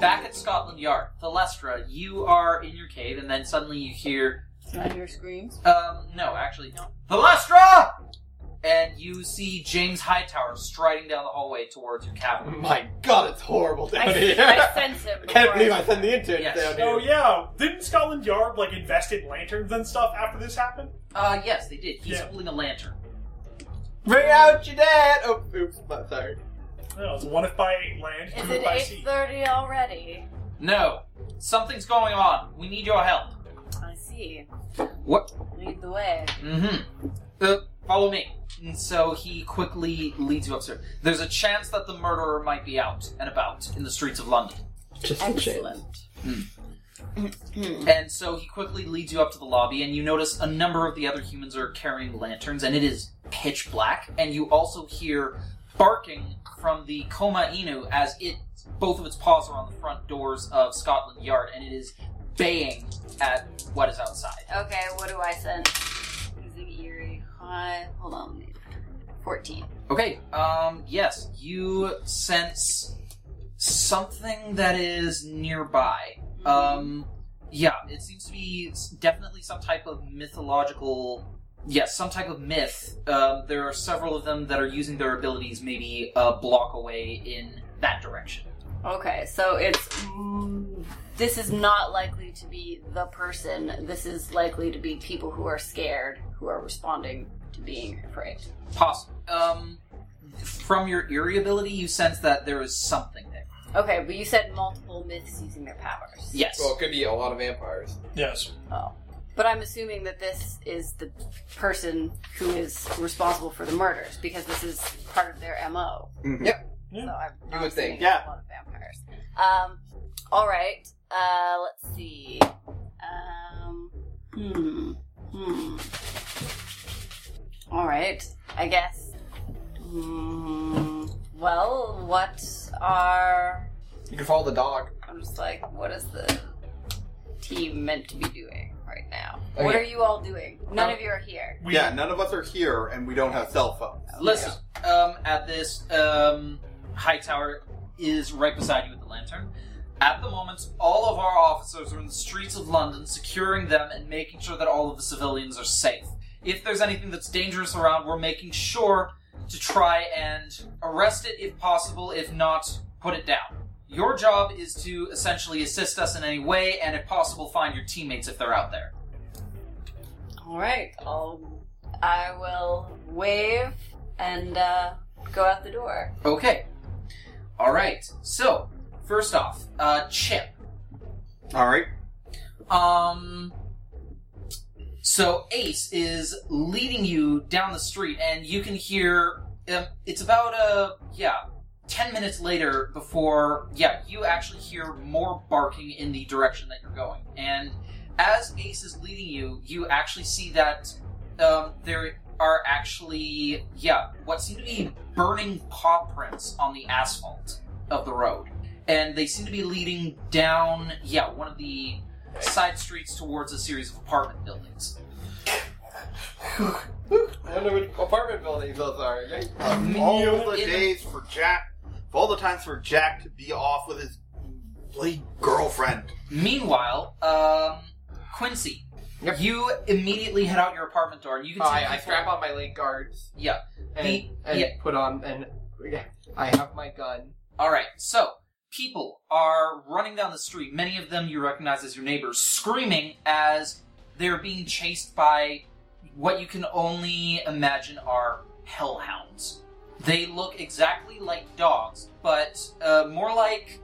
back at Scotland Yard, Thalestra, you are in your cave, and then suddenly you hear, Can I hear screams? um, no, actually, no. Thalestra! And you see James Hightower striding down the hallway towards your cabin. My God, it's horrible down I, here. I sense him. Can't before believe I sent the intern Yes. down here. Oh yeah, didn't Scotland Yard like invest in lanterns and stuff after this happened? Uh, yes, they did. He's Yeah. holding a lantern. Bring out your dad. Oh, oops, no, sorry. No, it's one if by land, Is two if by sea. it 8.30 already? No, something's going on. We need your help. I see. What? Lead the way. Mm-hmm. Uh, follow me. And so he quickly leads you upstairs. There's a chance that the murderer might be out and about in the streets of London. Just Excellent. Hmm. And so he quickly leads you up to the lobby, and you notice a number of the other humans are carrying lanterns, and it is pitch black. And you also hear barking from the Koma Inu as it both of its paws are on the front doors of Scotland Yard, and it is baying at what is outside. Okay, what do I sense? Using eerie. Hi. Hold on. 14. Okay. Um. Yes, you sense something that is nearby. Um. Yeah, it seems to be s- definitely some type of mythological. Yes, some type of myth. Um, there are several of them that are using their abilities, maybe a block away in that direction. Okay, so it's. Mm, this is not likely to be the person. This is likely to be people who are scared, who are responding to being afraid. Possible. Um, from your eerie ability, you sense that there is something there. Okay, but you said multiple myths using their powers. Yes. Well, it could be a lot of vampires. Yes. Oh. But I'm assuming that this is the person who is responsible for the murders because this is part of their MO. Yep. Yeah. So I'm Mm-hmm. You would assuming think, yeah. A lot of vampires. Um, all right. Uh, let's see. Um, hmm. Hmm. All right. I guess. Hmm. Well, what are You can follow the dog. I'm just like, what is the team meant to be doing right now? Oh, what yeah. are you all doing? None Um, Uh, of you are here. We, yeah, none of us are here, and we don't have cell phones. Listen, um, at this, um, Hightower is right beside you with the lantern. At the moment, all of our officers are in the streets of London, securing them and making sure that all of the civilians are safe. If there's anything that's dangerous around, we're making sure to try and arrest it if possible, if not, put it down. Your job is to essentially assist us in any way, and if possible, find your teammates if they're out there. All right, I'll, I will wave and uh, go out the door. Okay. All right. So, first off, uh, Chip. All right. Um. So Ace is leading you down the street, and you can hear. Um, it's about uh, yeah, ten minutes later before yeah, you actually hear more barking in the direction that you're going. And as Ace is leading you, you actually see that um, there are actually yeah, what seem to be burning paw prints on the asphalt of the road, and they seem to be leading down yeah one of the side streets towards a series of apartment buildings. I wonder which apartment buildings those are. Right? Of all the in- days for Jack, of all the times for Jack to be off with his bloody girlfriend. Meanwhile, um, Quincy, Yep. Oh, you immediately head out your apartment door, and you can see. I, I strap on my leg guards Yeah. and, The- and yeah. put on and yeah, I have my gun. All right. So people are running down the street. Many of them you recognize as your neighbors, screaming as they're being chased by what you can only imagine are hellhounds. They look exactly like dogs, but uh, more like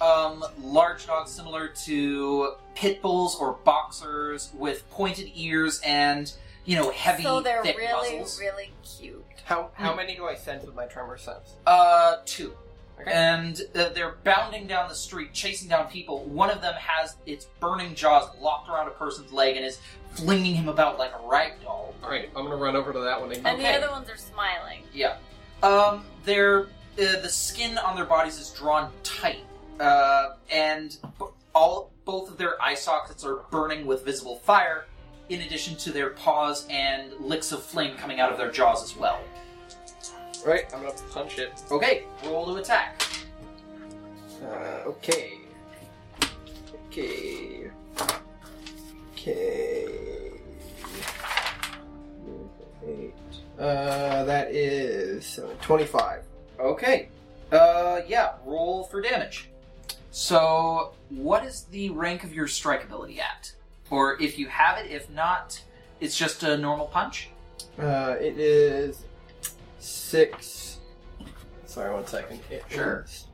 um, large dogs, similar to pit bulls or boxers, with pointed ears and you know heavy, so they're thick really, muzzles. really cute. How how many do I sense with my tremor sense? Uh, two. Okay. And uh, they're bounding down the street, chasing down people. One of them has its burning jaws locked around a person's leg and is flinging him about like a rag doll. All right, I'm gonna run over to that one again. And Okay. the other ones are smiling. Yeah. Um, they're, uh, the skin on their bodies is drawn tight, uh, and b- all both of their eye sockets are burning with visible fire, in addition to their paws and licks of flame coming out of their jaws as well. Right, I'm gonna punch it. Okay, roll to attack. Uh, okay, Okay. Okay. Eight. Uh, that is uh, 25. Okay. Uh, yeah, roll for damage. So, what is the rank of your strike ability at? Or if you have it, if not, it's just a normal punch? Uh, it is six. Sorry, one second. It Sure. is-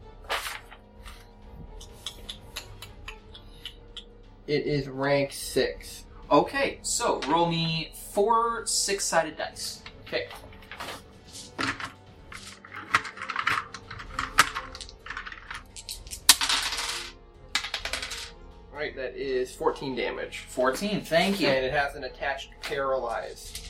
It is rank six. Okay, so roll me four six sided dice. Okay. Alright, that is 14 damage. 14, thank you. And it has an attached paralyze.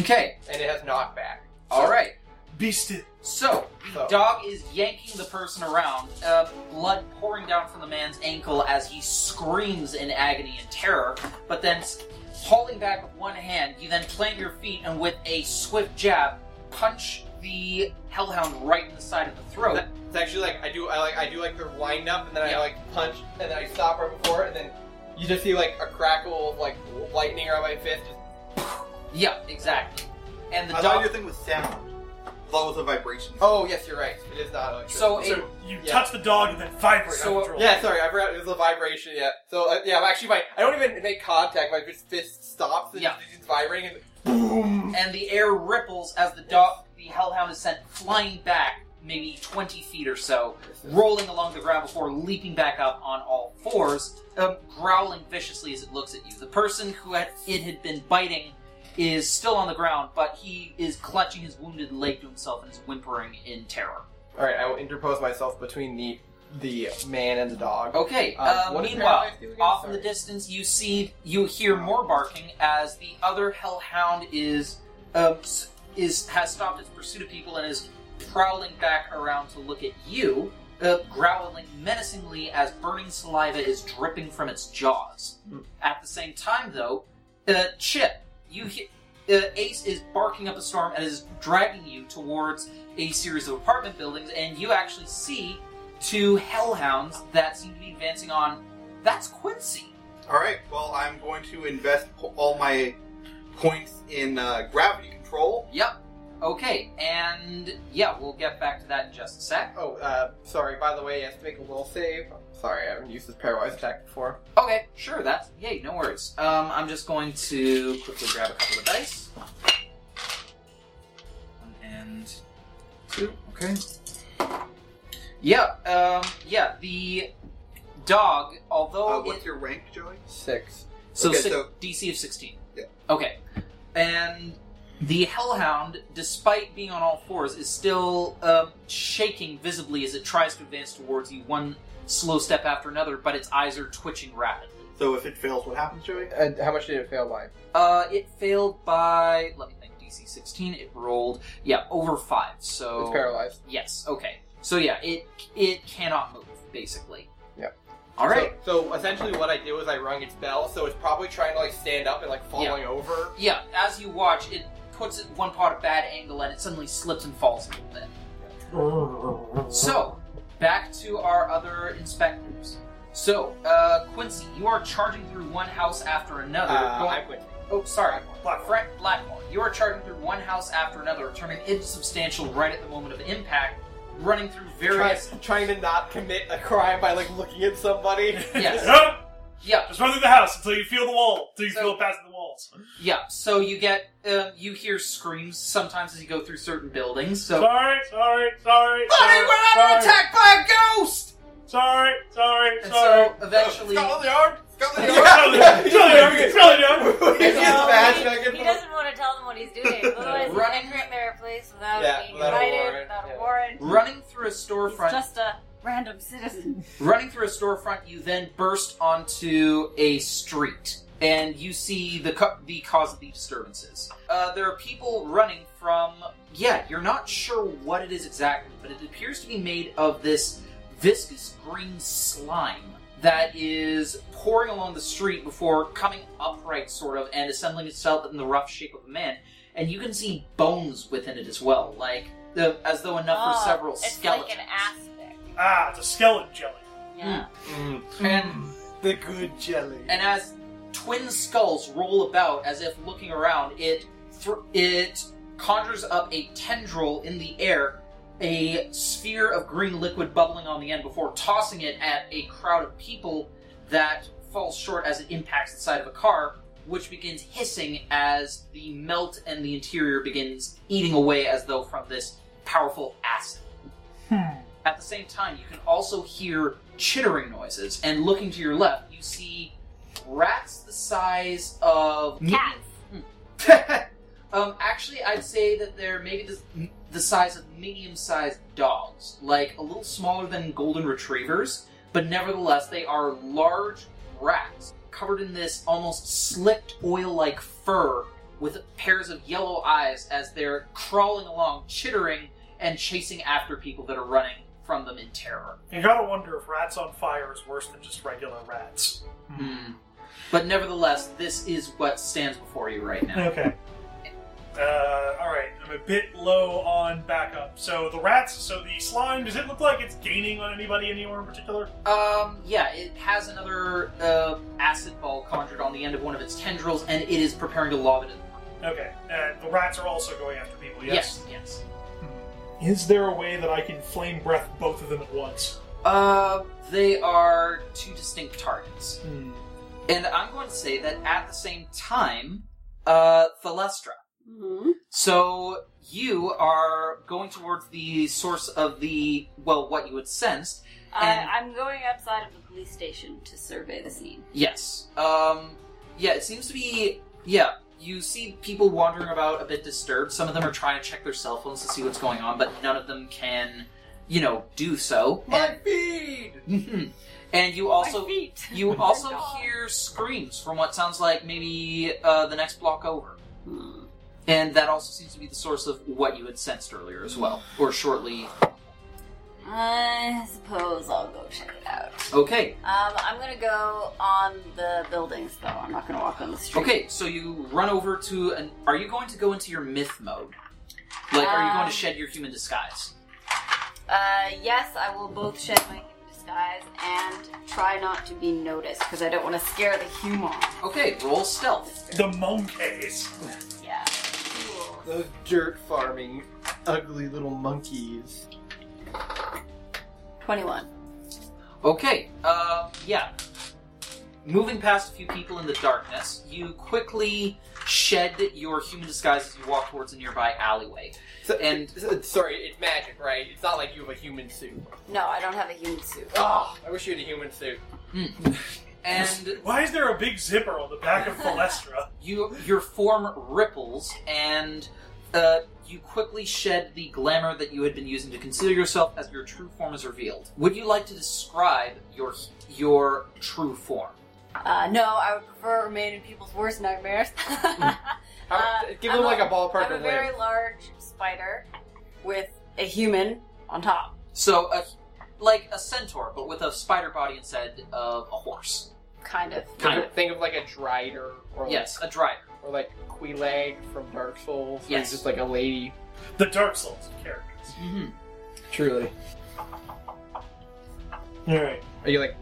Okay, And it has knockback. alright. Be still. So, So, dog is yanking the person around, uh, blood pouring down from the man's ankle as he screams in agony and terror, but then s- hauling back with one hand, you then plant your feet and with a swift jab, punch the hellhound right in the side of the throat. That- It's actually like I do I like I do like the wind up and then Yeah. I like punch and then I stop right before it and then you just see like a crackle of like lightning around my fist. yeah, exactly. And the I thought dog. your thing was sound. That was a vibration. Oh yes, you're right. It is not electric. So, a, So you Yeah. touch the dog and then vibrate. So- So, yeah, sorry, I forgot it was a vibration. Yeah. So uh, yeah, actually my I don't even make contact. My fist- fist stops and Yeah. it's vibrating and and the air ripples as the dog, the hellhound is sent flying back, maybe 20 feet or so, rolling along the ground before leaping back up on all fours, um, growling viciously as it looks at you. The person who had, it had been biting is still on the ground, but he is clutching his wounded leg to himself and is whimpering in terror. All right, I will interpose myself between the the man and the dog. Okay. Um, Uh, what did meanwhile, Paradise do again? off in Sorry. the distance, you see you hear more barking as the other hellhound is uh, s- is has stopped its pursuit of people and is prowling back around to look at you, uh, growling menacingly as burning saliva is dripping from its jaws. Hmm. At the same time, though, uh, Chip, you he- uh, Ace is barking up a storm and is dragging you towards a series of apartment buildings, and you actually see two hellhounds that seem to be advancing on. That's Quincy. All right. Well, I'm going to invest po- all my points in uh, gravity control. Yep. Okay, and yeah, we'll get back to that in just a sec. Oh, uh, sorry. By the way, I have to make a will save. Sorry, I haven't used this paralyzed attack before. Okay, sure. That's yay. No worries. Um, I'm just going to quickly grab a couple of dice. One and two. Okay. Yeah. Um. Yeah. The dog, although Uh, it- what's your rank, Joey? Six. So, Okay, six, so- DC of 16. Yeah. Okay. And the Hellhound, despite being on all fours, is still um, shaking visibly as it tries to advance towards you, one slow step after another, but its eyes are twitching rapidly. So if it fails, what happens, Joey? Uh, how much did it fail by? Uh, it failed by, let me think, DC 16. It rolled, yeah, over 5. So. It's paralyzed. Yes, okay. So, yeah, it it cannot move, basically. Yep. All right. So, so essentially, what I did was I rung its bell, so it's probably trying to like stand up and like falling over. Yeah, as you watch, it puts it one part at a bad angle and it suddenly slips and falls a little bit. So, back to our other inspectors. So, uh, Quincy, you are charging through one house after another. Uh, going- I went. oh, sorry. Black Frank Blackmore, you are charging through one house after another, turning insubstantial right at the moment of impact, running through Try, various. trying to not commit a crime by like looking at somebody. Yes. Yeah. Yeah, Just run through the house until you feel the wall. Until you So- feel past the walls. yeah. So you get, um, you hear screams sometimes as you go through certain buildings. So, Sorry, sorry, sorry. buddy, sorry, we're under sorry, attack by a ghost. Sorry, sorry, And sorry. so eventually, Scotland Yard. Scotland Yard. Totally done, totally done, totally done. We just No, bash he, back and he forth. doesn't want to tell them what he's doing. Otherwise, he's Running- running nightmare place without Yeah, being without a invited, warrant, without yeah. a warrant. running through a He's storefront, just a random citizen. running through a storefront, you then burst onto a street, and you see the ca- the cause of the disturbances. Uh, there are people running from. Yeah, you're not sure what it is exactly, but it appears to be made of this viscous green slime that is pouring along the street before coming upright, sort of, and assembling itself in the rough shape of a man. And you can see bones within it as well, like the, as though enough Ah, for several it's skeletons. Hmm. like an aspect. Ah, it's a skeleton jelly. Yeah. Mm. And the good jelly. and as twin skulls roll about as if looking around, it thr it conjures up a tendril in the air, a sphere of green liquid bubbling on the end before tossing it at a crowd of people that falls short as it impacts the side of a car, which begins hissing as the melt and the interior begins eating away as though from this powerful acid. At the same time, you can also hear chittering noises, and looking to your left, you see rats the size of Cats. um, actually, I'd say that they're maybe the, the size of medium-sized dogs, like a little smaller than golden retrievers, but nevertheless, they are large rats covered in this almost slicked oil-like fur with pairs of yellow eyes as they're crawling along, chittering and chasing after people that are running from them in terror. You gotta wonder if rats on fire is worse than just regular rats. Hmm. But nevertheless, this is what stands before you right now. Okay. Uh, all right, I'm a bit low on backup. So the rats, so the slime, does it look like it's gaining on anybody anywhere in particular? Um, yeah, it has another uh, acid ball conjured on the end of one of its tendrils, and it is preparing to lob it. At Okay, uh, the rats are also going after people. Yes. Hmm. yes, yes. Is there a way that I can flame breath both of them at once? Uh, they are two distinct targets, Hmm. and I'm going to say that at the same time, uh, Thalestra. Mm-hmm. So you are going towards the source of the well, what you had sensed. I, And- I'm going outside of the police station to survey the scene. Yes. Um, yeah, it seems to be. Yeah, you see people wandering about a bit disturbed. Some of them are trying to check their cell phones to see what's going on, but none of them can, you know, do so. My feed. And, and you also My feet. you also God. hear screams from what sounds like maybe uh, the next block over, Hmm. and that also seems to be the source of what you had sensed earlier as well, or shortly. I suppose I'll go check it out. Okay, Um, I'm gonna go on the buildings though. I'm not gonna walk on the street. Okay, so you run over to an. Are you going to go into your myth mode? Like, are you going Um, to shed your human disguise? Uh, yes, I will both shed my disguise and try not to be noticed because I don't want to scare the human. Okay, roll stealth. The monkeys. Yeah. Cool. Those dirt farming, ugly little monkeys. Twenty-one. Okay, uh, yeah. Moving past a few people in the darkness, you quickly shed your human disguise as you walk towards a nearby alleyway. So, And- so- sorry, it's magic, right? It's not like you have a human suit. No, I don't have a human suit. Ah, I wish you had a human suit. Hmm. And Why is there a big zipper on the back of Palestra? you, your form ripples, and uh, you quickly shed the glamour that you had been using to conceal yourself as your true form is revealed. Would you like to describe your your true form? Uh, no, I would prefer remaining people's worst nightmares. Hmm. How- Uh, give I'm them like a- a ballpark I'm a of where. very large spider with a human on top. So, a, like a centaur, but with a spider body instead of a horse. Kind of. kind Think of- Think of like a Drider or like, Yes, a driver. or like Quileg from Dark Souls. who's Yes. just like a lady. The Dark Souls characters. Mm-hmm. Truly. Alright. Are you like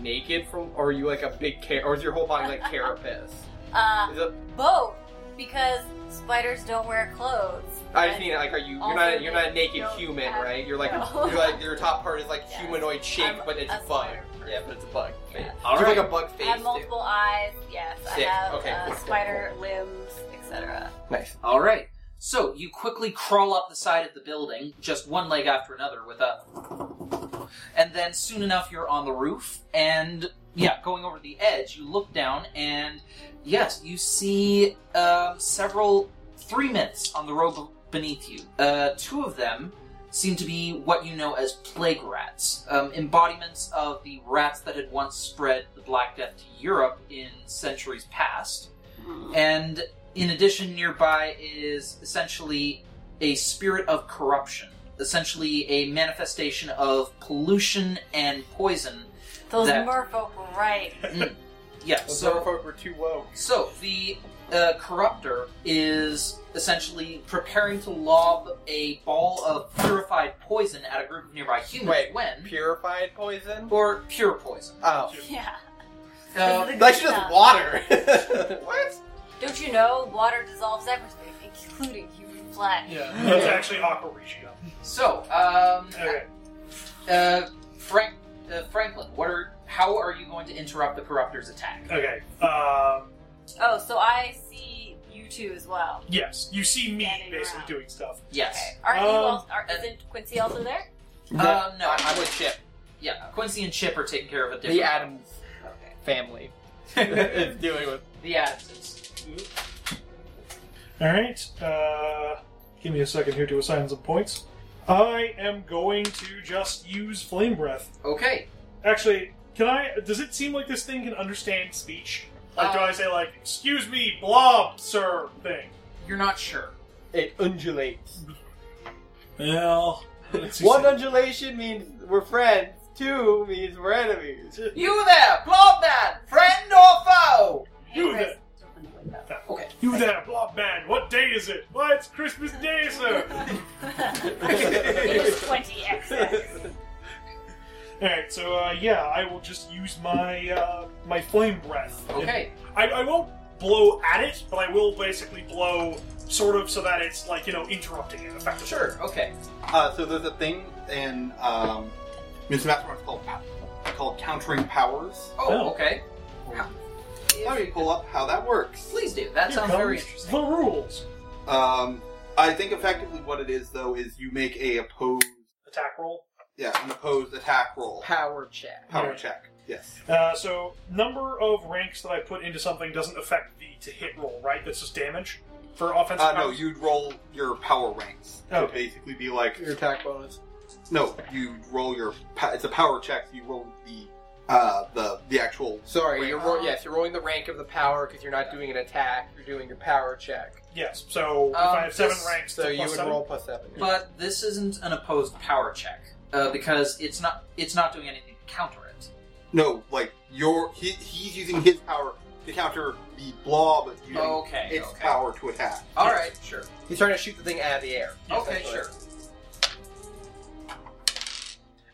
naked from, or are you like a big car, or is your whole body like carapace? Uh, Is it, both, because spiders don't wear clothes. I just mean like, are you? You're Also, not. You're not a they naked don't human, have- right? You're like. no. You're like your top part is like Yeah. humanoid shape, I'm but it's a a bug. spider person. Yeah, but it's a bug. Yeah. All It's right. like a bug face. I have multiple eyes. Yes, Sick. I have Okay, uh, cool, cool, spider limbs, etc. Dude. Nice. All right. So you quickly crawl up the side of the building, just one leg after another, with a, and then soon enough you're on the roof. And yeah, going over the edge, you look down, and yes, you see um, several three myths on the road be- beneath you. Uh, two of them seem to be what you know as plague rats, um, embodiments of the rats that had once spread the Black Death to Europe in centuries past. And in addition, nearby is essentially a spirit of corruption, essentially a manifestation of pollution and poison. Those That- merfolk were right. Yeah, Those so folk were too woke. so the uh, corruptor is essentially preparing to lob a ball of purified poison at a group of nearby humans Wait, when Purified poison. or pure poison. Oh, Yeah. Uh, This is the That's good just stuff. water. what? Don't you know water dissolves everything, including human flesh? Yeah, it's actually aqua regia. so, um, Okay. uh, Frank, uh, Franklin, what are how are you going to interrupt the corruptor's attack? Okay. Um, Oh, so I see you two as well. yes, you see me Standing basically around. doing stuff. Yes. Aren't you Um, also, are, isn't Quincy also there? Uh, Um, no, I'm with Chip. yeah, Quincy and Chip are taking care of a different. The Adams Okay. family. is dealing with. The Adamses. All right. Uh, give me a second here to assign some points. I am going to just use flame breath. Okay. Actually, can I? Does it seem like this thing can understand speech? Like, do Uh, I say like "excuse me, blob, sir" thing? You're not sure. It undulates. Well, One undulation means we're friends. Two means we're enemies. You there, blob man, friend or foe? You Chris, there. open the window. Okay. You there, blob man? What day is it? Why, it's Christmas Day, sir. it was 20 excess. All right, so uh, yeah, I will just use my uh, my flame breath. Okay. I, I won't blow at it, but I will basically blow sort of so that it's like you know interrupting it effectively. Sure. Okay. Uh, so there's a thing in um, Miss Mastermind called called countering powers. Oh, Oh. okay. Let me pull up how that works. Please do. That Here sounds comes very interesting. The rules Um, I think effectively what it is though is you make a opposed, attack roll. yeah, an opposed attack roll, Power check. power Yeah. check. Yes. Uh, so number of ranks that I put into something doesn't affect the to hit roll, right? That's just damage for offensive. Uh, no, powers? you'd roll your power ranks. It would Okay. basically be like Your attack bonus. no, you roll your pa- it's a power check. So you roll the uh, the the actual. Sorry, you're Oh. ro- yes, you're rolling the rank of the power because you're not doing an attack. You're doing your power check. Yes. So if Um, I have seven this- ranks, So that's you plus would seven. roll plus seven. But this isn't an opposed power check uh, because it's not it's not doing anything to counter it. No, like your he, he's using his power to counter the blob using Okay. its okay. power to attack. All right. Sure. He's trying to shoot the thing out of the air. Okay. essentially. Sure.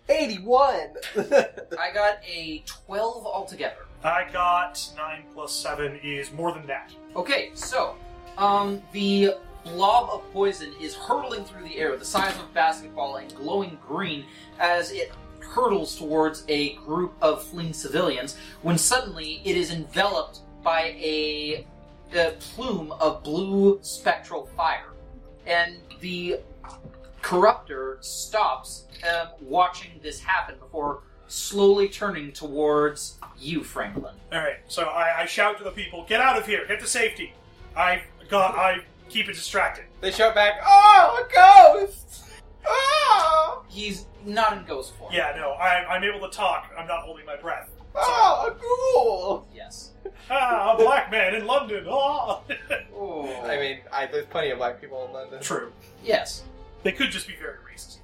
81! I got a twelve altogether. I got nine plus seven is more than that. Okay, so um, the blob of poison is hurtling through the air, the size of a basketball and glowing green, as it hurtles towards a group of fleeing civilians. When suddenly it is enveloped by a, a plume of blue spectral fire, and the corruptor stops, um, watching this happen before slowly turning towards you, Franklin. All right. So I, I shout to the people, "Get out of here! Get to safety!" I got. I keep it distracted. they shout back, Oh, a ghost! Oh! He's not in ghost form. Yeah. No. I, I'm able to talk. I'm not holding my breath. Oh, a ghoul! Yes. Ah, a black man in London. Ah. Oh. I mean, I, there's plenty of black people in London. True. yes. They could just be very racist.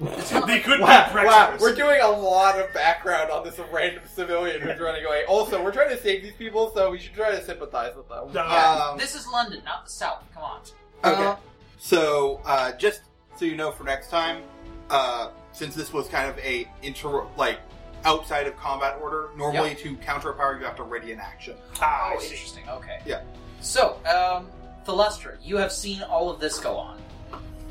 It's not They could Wow, be wow, Brexiters. we're doing a lot of background on this random civilian who's running away. Also, we're trying to save these people, so we should try to sympathize with them. Nah. Yeah, Um, this is London, not the South. Come on. Okay. Uh, So, uh, just so you know for next time, uh, since this was kind of a inter like outside of combat order, normally to counter a power you have to ready an action. Ah, oh, I see. interesting. Okay. Yeah. So, um, Thalestra, you have seen all of this go on.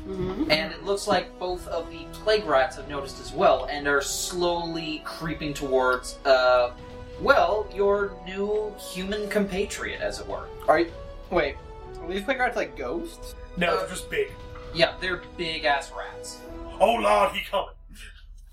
And it looks like both of the plague rats have noticed as well and are slowly creeping towards, uh, well, your new human compatriot, as it were. Wait, are these plague rats like ghosts? No, they're just big. Yeah, they're big ass rats. Oh lord, he coming.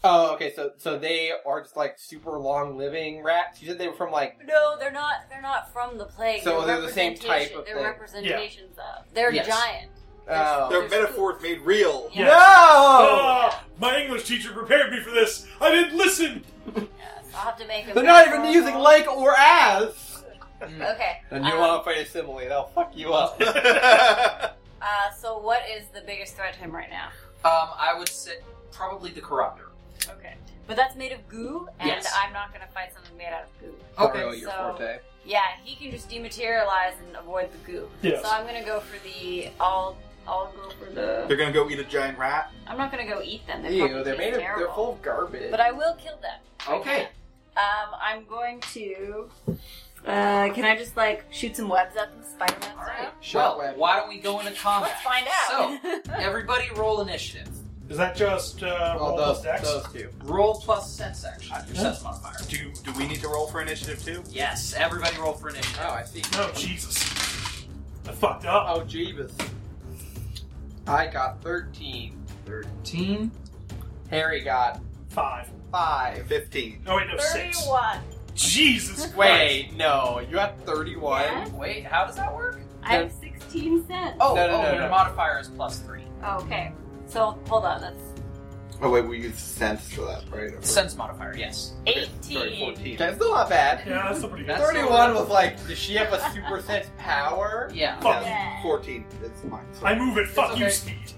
Oh, okay, so so they are just like super long living rats. You said they were from like No, they're not. They're not from the plague. So they're they're the same type representation- of They're thing. representations of. They're Yes. giant. oh. Their metaphors made real. Yeah. Oh. No! Ah, my English teacher prepared me for this. I didn't listen. Yes, I'll have to make them. They're not even using like or as! Okay. And you um, want to fight a simile, they'll fuck you up. Uh, so what is the biggest threat to him right now? Um, I would say probably the Corruptor. Okay. But that's made of goo, and Yes. I'm not going to fight something made out of goo. Okay, Sorry, your so- forte. Yeah, he can just dematerialize and avoid the goo. Yes. So I'm going to go for the. I'll. I'll go for the. They're gonna go eat a giant rat. I'm not going to go eat them. They're Ew, probably they're made of, terrible. they're full of garbage. But I will kill them. Okay. Um, I'm going to. Uh, can I just like shoot some webs at them, Spider Man All style? right. Shot Well, web. why don't we go into combat? Let's find out. Everybody roll initiative. Is that just uh, Oh, roll those, plus dex? those two. Roll plus sense action. Your sense modifier. Do do we need to roll for initiative too? Yes, everybody roll for initiative. Oh, I see. No, Jesus. I fucked up. Oh, Jeebus. I got 13. 13. Harry got Five. 5. Fifteen. No, wait, no, six. Thirty-one. Jesus Christ. Wait, no. You got 31? Yeah. Wait, how does that work? I have sixteen cents. Oh, No, no, oh, no, your no. modifier is plus 3. Okay. So hold on. That's Oh wait, we use sense for that, right? Sense modifier, yes. Okay, sorry, eighteen. That's still not bad. Yeah, that's still pretty good. That's 31 was like, does she have a super sense power? Yeah. Fuck. Yeah. Fourteen. It's mine. So. I move at fuck It's you okay. speed.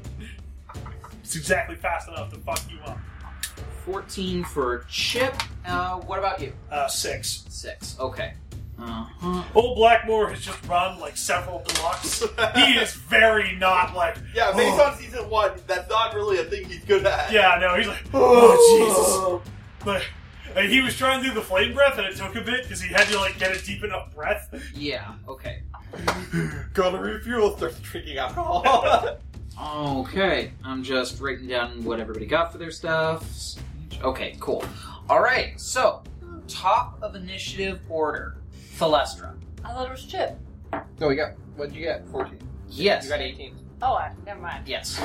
It's exactly fast enough to fuck you up. 14 for Chip. Uh, what about you? Uh, six. 6. Okay. Uh-huh. Old Blackmore has just run like several blocks. he is very not like. oh, yeah, based on season one, that's not really a thing he's good at. Yeah, no, he's like, oh Jesus! Like, like, he was trying to do the flame breath, and it took a bit because he had to like get a deep enough breath. Yeah, okay. Gotta refuel, starts drinking alcohol. Okay, I'm just writing down what everybody got for their stuff. Okay, cool. All right, so top of initiative order, Thalestra. I thought it was Chip. no, we got, what'd you get? 14. Yes, You got 18. Oh, I, never mind. yes.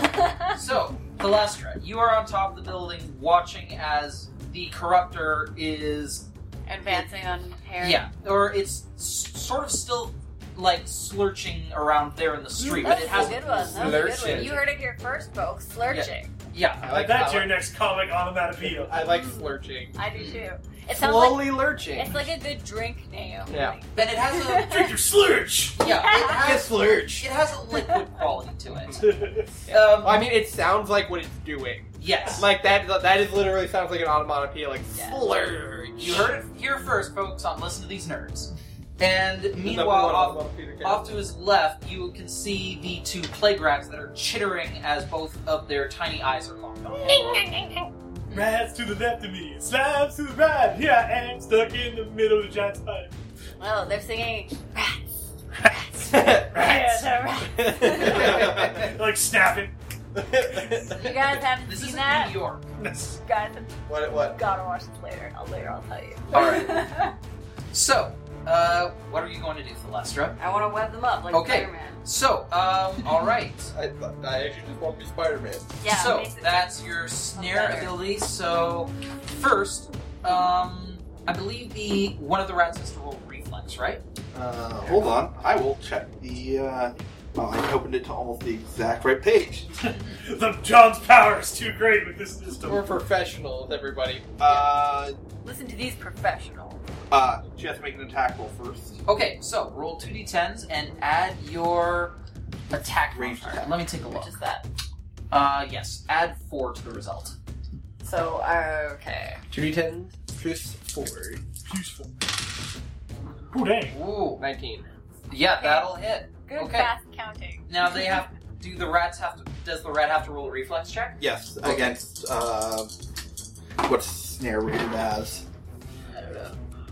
So Thalestra, you are on top of the building, watching as the corruptor is Advancing on Harry. yeah, or it's s- sort of still like slurching around there in the street, but That's it a hasn't. good one. That was a good one. Slurching. You heard it here first, folks. Slurching. Yeah, I like That's I your next comic onomatopoeia. like- I like slurching. I do too. It sounds like Slowly lurching. it's like a good drink name. Yeah. and it has a Drink your slurch. yeah, it has slurch. it has a liquid quality to it. Well, I Um, mean, it sounds like what it's doing. yes. Like that. That is literally sounds like an onomatopoeia. Like Yeah. slurge. You heard it here first, folks, on Listen to These Nerds. And Is that meanwhile, what off, onomatopoeia is? off to his left, you can see the two plague rats that are chittering as both of their tiny eyes are locked on. Rats to the left of me, slimes to the right. Here I am, stuck in the middle of the giant spider. Well, they're singing rats. Rats. Here are the like snapping. rats. You guys haven't This seen is that? New York. That's- You guys have What? What? gotta watch this later. I'll, later I'll tell you. Alright. So, uh, what are you going to do, Thalestra? I want to web them up like Okay. Spider-Man. So, um, alright. I, I actually just want to be Spider-Man. Yeah. so, basically. that's your snare better. ability. So, first, um, I believe the one of the rats has to roll reflex, right? Uh, Oh. hold on, I will check the. Uh, oh, I opened it to almost the exact right page. the John's power is too great with this We're system. professionals, everybody. Uh, Listen to these professionals. uh, she has to make an attack roll first. Okay, so roll two d10s and add your attack Ranged modifier. attack. Let me take a Which look. is that. Uh, yes, add four to the result. So, uh, okay. Two d ten plus four. Useful. Ooh, dang. Ooh, Nineteen. yeah, Okay. that'll hit. Good Okay. fast counting. Now they have. Do the rats have to? Does the rat have to roll a reflex check? Yes, against uh, what's snare rated as?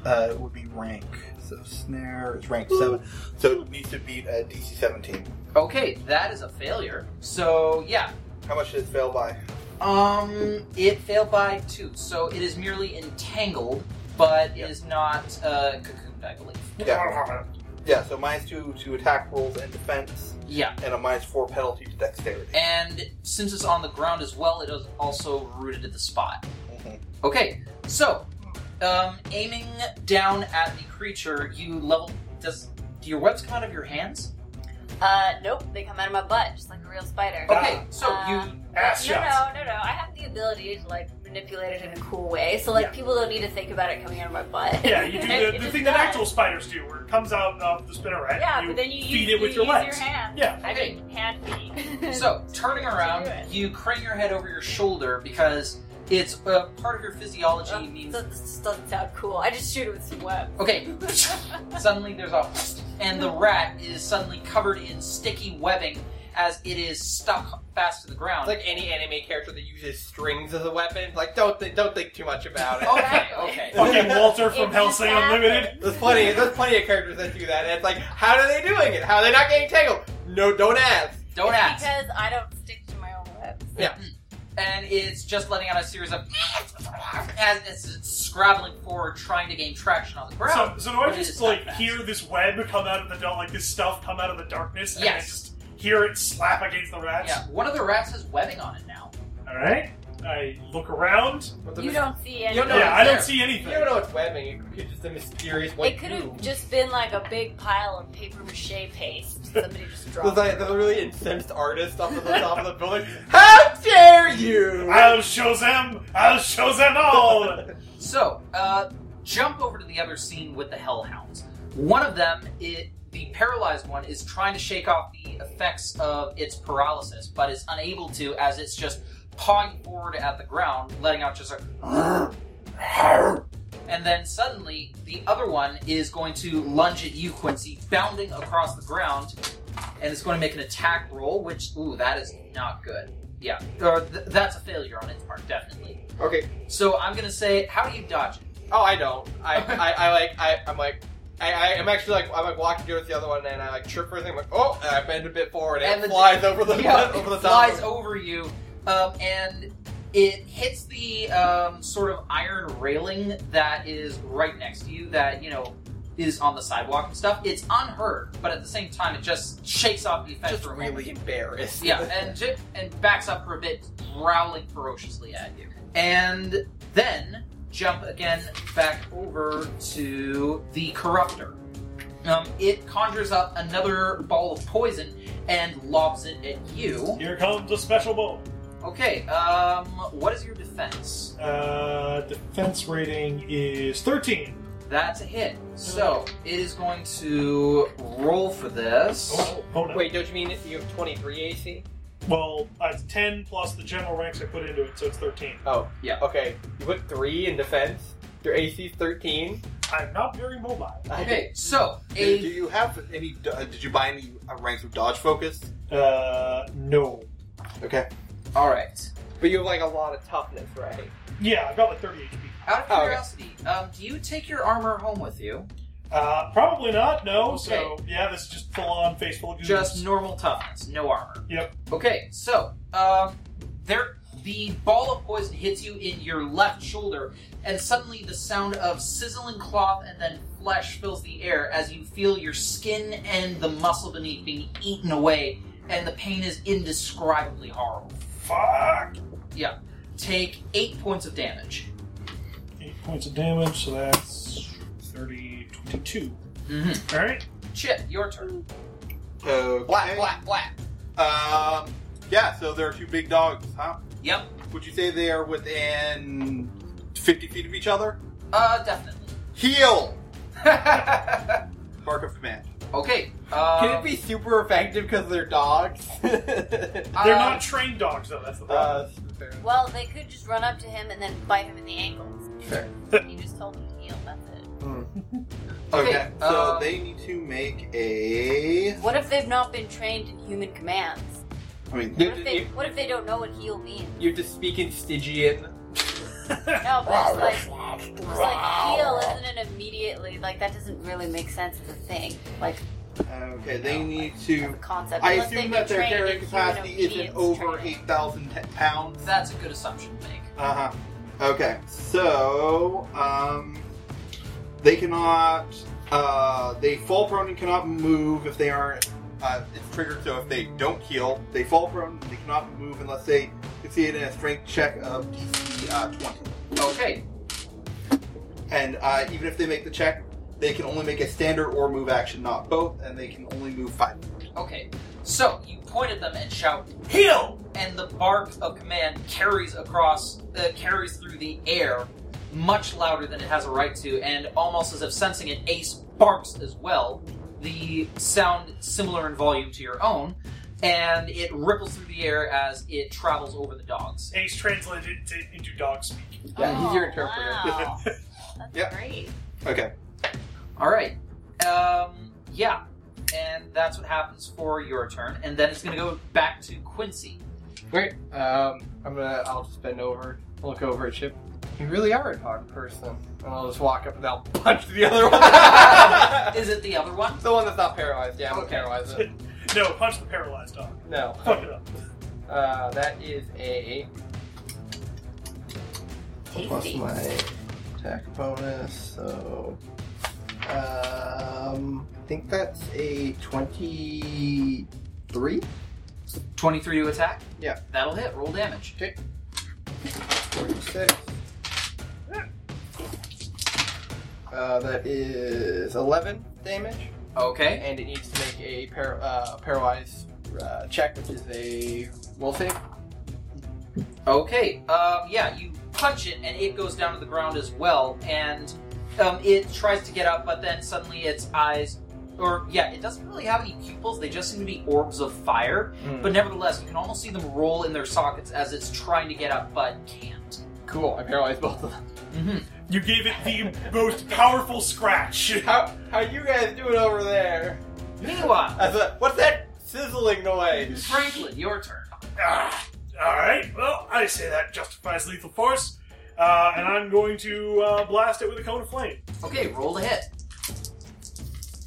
Uh, it would be rank. So snare is rank seven. So it needs to beat a DC seventeen. Okay, that is a failure. So yeah, How much did it fail by? um, it failed by two, so it is merely entangled, but Yeah. is not uh, cocooned, I believe. Yeah. Yeah, so minus two to attack rolls and defense, Yeah, and a minus four penalty to dexterity. and since it's on the ground as well, it is also rooted at the spot. Mhm. Okay, so um, aiming down at the creature, you level. Does do your webs come out of your hands? Uh, nope. They come out of my butt, just like a real spider. Okay, so Uh, you. Oh, Ass no, shots. no, no, no. I have the ability to like manipulate it in a cool way, so like Yeah. people don't need to think about it coming out of my butt. Yeah, you do It the, the just thing that does. actual spiders do, where it comes out of the spinneret. Yeah, and you but then you feed use, it with you your use legs. your hand. Yeah. I Okay. mean, hand feet. So turning around, do it. you crane your head over your shoulder because it's uh, part of your physiology Oh, means. so this just doesn't sound cool. I just shoot it with some webs. Okay, suddenly there's a and the rat is suddenly covered in sticky webbing as it is stuck fast to the ground. It's like any anime character that uses strings as a weapon. Like, don't think, don't think too much about it. okay, okay. Fucking Walter from It just Hellsing happened. Unlimited. There's plenty, there's plenty of characters that do that, and it's like, how are they doing it? How are they not getting tangled? No, don't ask. Don't It's ask. Because I don't stick to my own webs. and it's just letting out a series of as as it's scrabbling forward, trying to gain traction on the ground. So, so do I But it just is not like fast. hear this web come out of the dark, like this stuff come out of the darkness, and Yes. I just hear it slap against the rats? yeah, one of the rats has webbing on it now. All right. I look around. What's the You mis- don't see any. You don't know yeah, it's I don't there. see anything. you don't know it's webbing. It could be just a mysterious white It could goo. have just been like a big pile of paper mache paste. Somebody just There's dropped. it. like there's a really incensed artist up at the top of the building. How dare you! I'll show them. I'll show them all. So, uh, jump over to the other scene with the hellhounds. One of them, it, the paralyzed one, is trying to shake off the effects of its paralysis, but is unable to as it's just pawing forward at the ground, letting out just a. And then suddenly, the other one is going to lunge at you, Quincy, bounding across the ground, and it's going to make an attack roll, which, ooh, that is not good. Yeah, or th- that's a failure on its part, definitely. Okay. So I'm gonna say, how do you dodge it? Oh, I don't. I, I, I like, I, I'm like, I, I, I'm actually like, I'm like walking towards the other one, and I like trip for a thing. I'm like, oh, and I bend a bit forward, and, And it the- flies over the yeah, over the it top. flies over you, um, and it hits the um, sort of iron railing that is right next to you. That you know is on the sidewalk and stuff. It's unhurt, but at the same time, it just shakes off the effect just for a moment. really embarrassed. Yeah, and j- and backs up for a bit, growling ferociously at you, and then jump again back over to the corruptor. Um, it conjures up another ball of poison and lobs it at you. Here comes a special bowl. Okay, um, what is your defense? Uh, defense rating is 13. That's a hit. So it is going to roll for this. Oh, hold on. Wait, don't you mean you have 23 AC? Well, uh, it's 10 plus the general ranks I put into it, so it's 13. Oh, Yeah. Okay, you put three in defense. Your AC's 13. I'm not very mobile. Okay, so Do a do you have any? do- uh, Did you buy any uh, ranks of dodge focus? Uh, no. Okay. all right. But you have like a lot of toughness, right? Yeah, I've got like 30 HP. Out of Oh, okay. curiosity, um, do you take your armor home with you? Uh, probably not, no. So, Okay. yeah, this is just full on face full of goons. Just normal toughness, no armor. Yep. Okay, so um, there, the ball of poison hits you in your left shoulder, and suddenly the sound of sizzling cloth and then flesh fills the air as you feel your skin and the muscle beneath being eaten away, and the pain is indescribably horrible. Fuck! Take eight points of damage. 8 points of damage, so that's 30, 22. Mm-hmm. Alright. Chip, your turn. Okay. Black, black, black. Um. Yeah. So there are two big dogs, huh? Yep. Would you say they are within fifty feet of each other? Uh, definitely. Heal. Bark of command. okay. Can Um, it be super effective because they're dogs? They're uh, not trained dogs, though, that's the problem. uh, Well, they could just run up to him and then bite him in the ankles. Fair. you just told him to heal. That's it. Okay, so uh, they need to make a. What if they've not been trained in human commands? I mean, What if you, they, you, what if they don't know what heal means? you have to speak in Stygian. uh, No, but it's like, it's like heal isn't it immediately? Like that doesn't really make sense as a thing. Like okay, they No, need as a to. concept. I Unless they've assume been that their trained in carrying human capacity isn't obedience over training. eight thousand pounds. that's a good assumption to make. Uh huh. Okay, so um, they cannot. Uh, they fall prone and cannot move if they aren't. Uh, it's triggered, so if they don't heal, they fall prone. They cannot move unless they succeed in a strength check of DC uh, twenty. Okay, And uh, even if they make the check, they can only make a standard or move action, not both, and they can only move five. Okay, so you point at them and shout, Heal! And the bark of command carries across, uh, carries through the air much louder than it has a right to, and almost as if sensing it, Ace barks as well, the sound similar in volume to your own, and it ripples through the air as it travels over the dogs. Ace translated it into dog speak. Yeah, he's your Oh, interpreter. Wow. That's Yep. great. Okay. All right. Um, yeah. and that's what happens for your turn. And then it's going to go back to Quincy. Great. Um, I'm gonna. I'll just bend over, look over at Chip. You really are a dog person. And I'll just walk up and I'll punch the other one. Is it the other one? the one that's not paralyzed. Yeah, I'm gonna Okay. paralyze it. No, punch the paralyzed dog. No. Fuck it up. Uh, that is a plus Tasty. my attack bonus. So, um, I think that's a twenty-three. 23 to attack? Yeah. That'll hit. Roll damage. Forty-six. Uh, that is eleven damage. Okay. and it needs to make a par- uh, pairwise uh, check, which is a will save. Okay. Um, yeah, you punch it, and it goes down to the ground as well. And um, it tries to get up, but then suddenly its eyes, or yeah, it doesn't really have any pupils. They just seem to be orbs of fire. But nevertheless, you can almost see them roll in their sockets as it's trying to get up, but can't. cool, I paralyzed both of them. Mm-hmm. You gave it the most powerful scratch. How how you guys doing over there? Meanwhile, That's a, what's that sizzling noise? Franklin, your turn. Ah, all right. Well, I say that justifies lethal force, uh, and I'm going to uh, blast it with a cone of flame. Okay, roll to hit.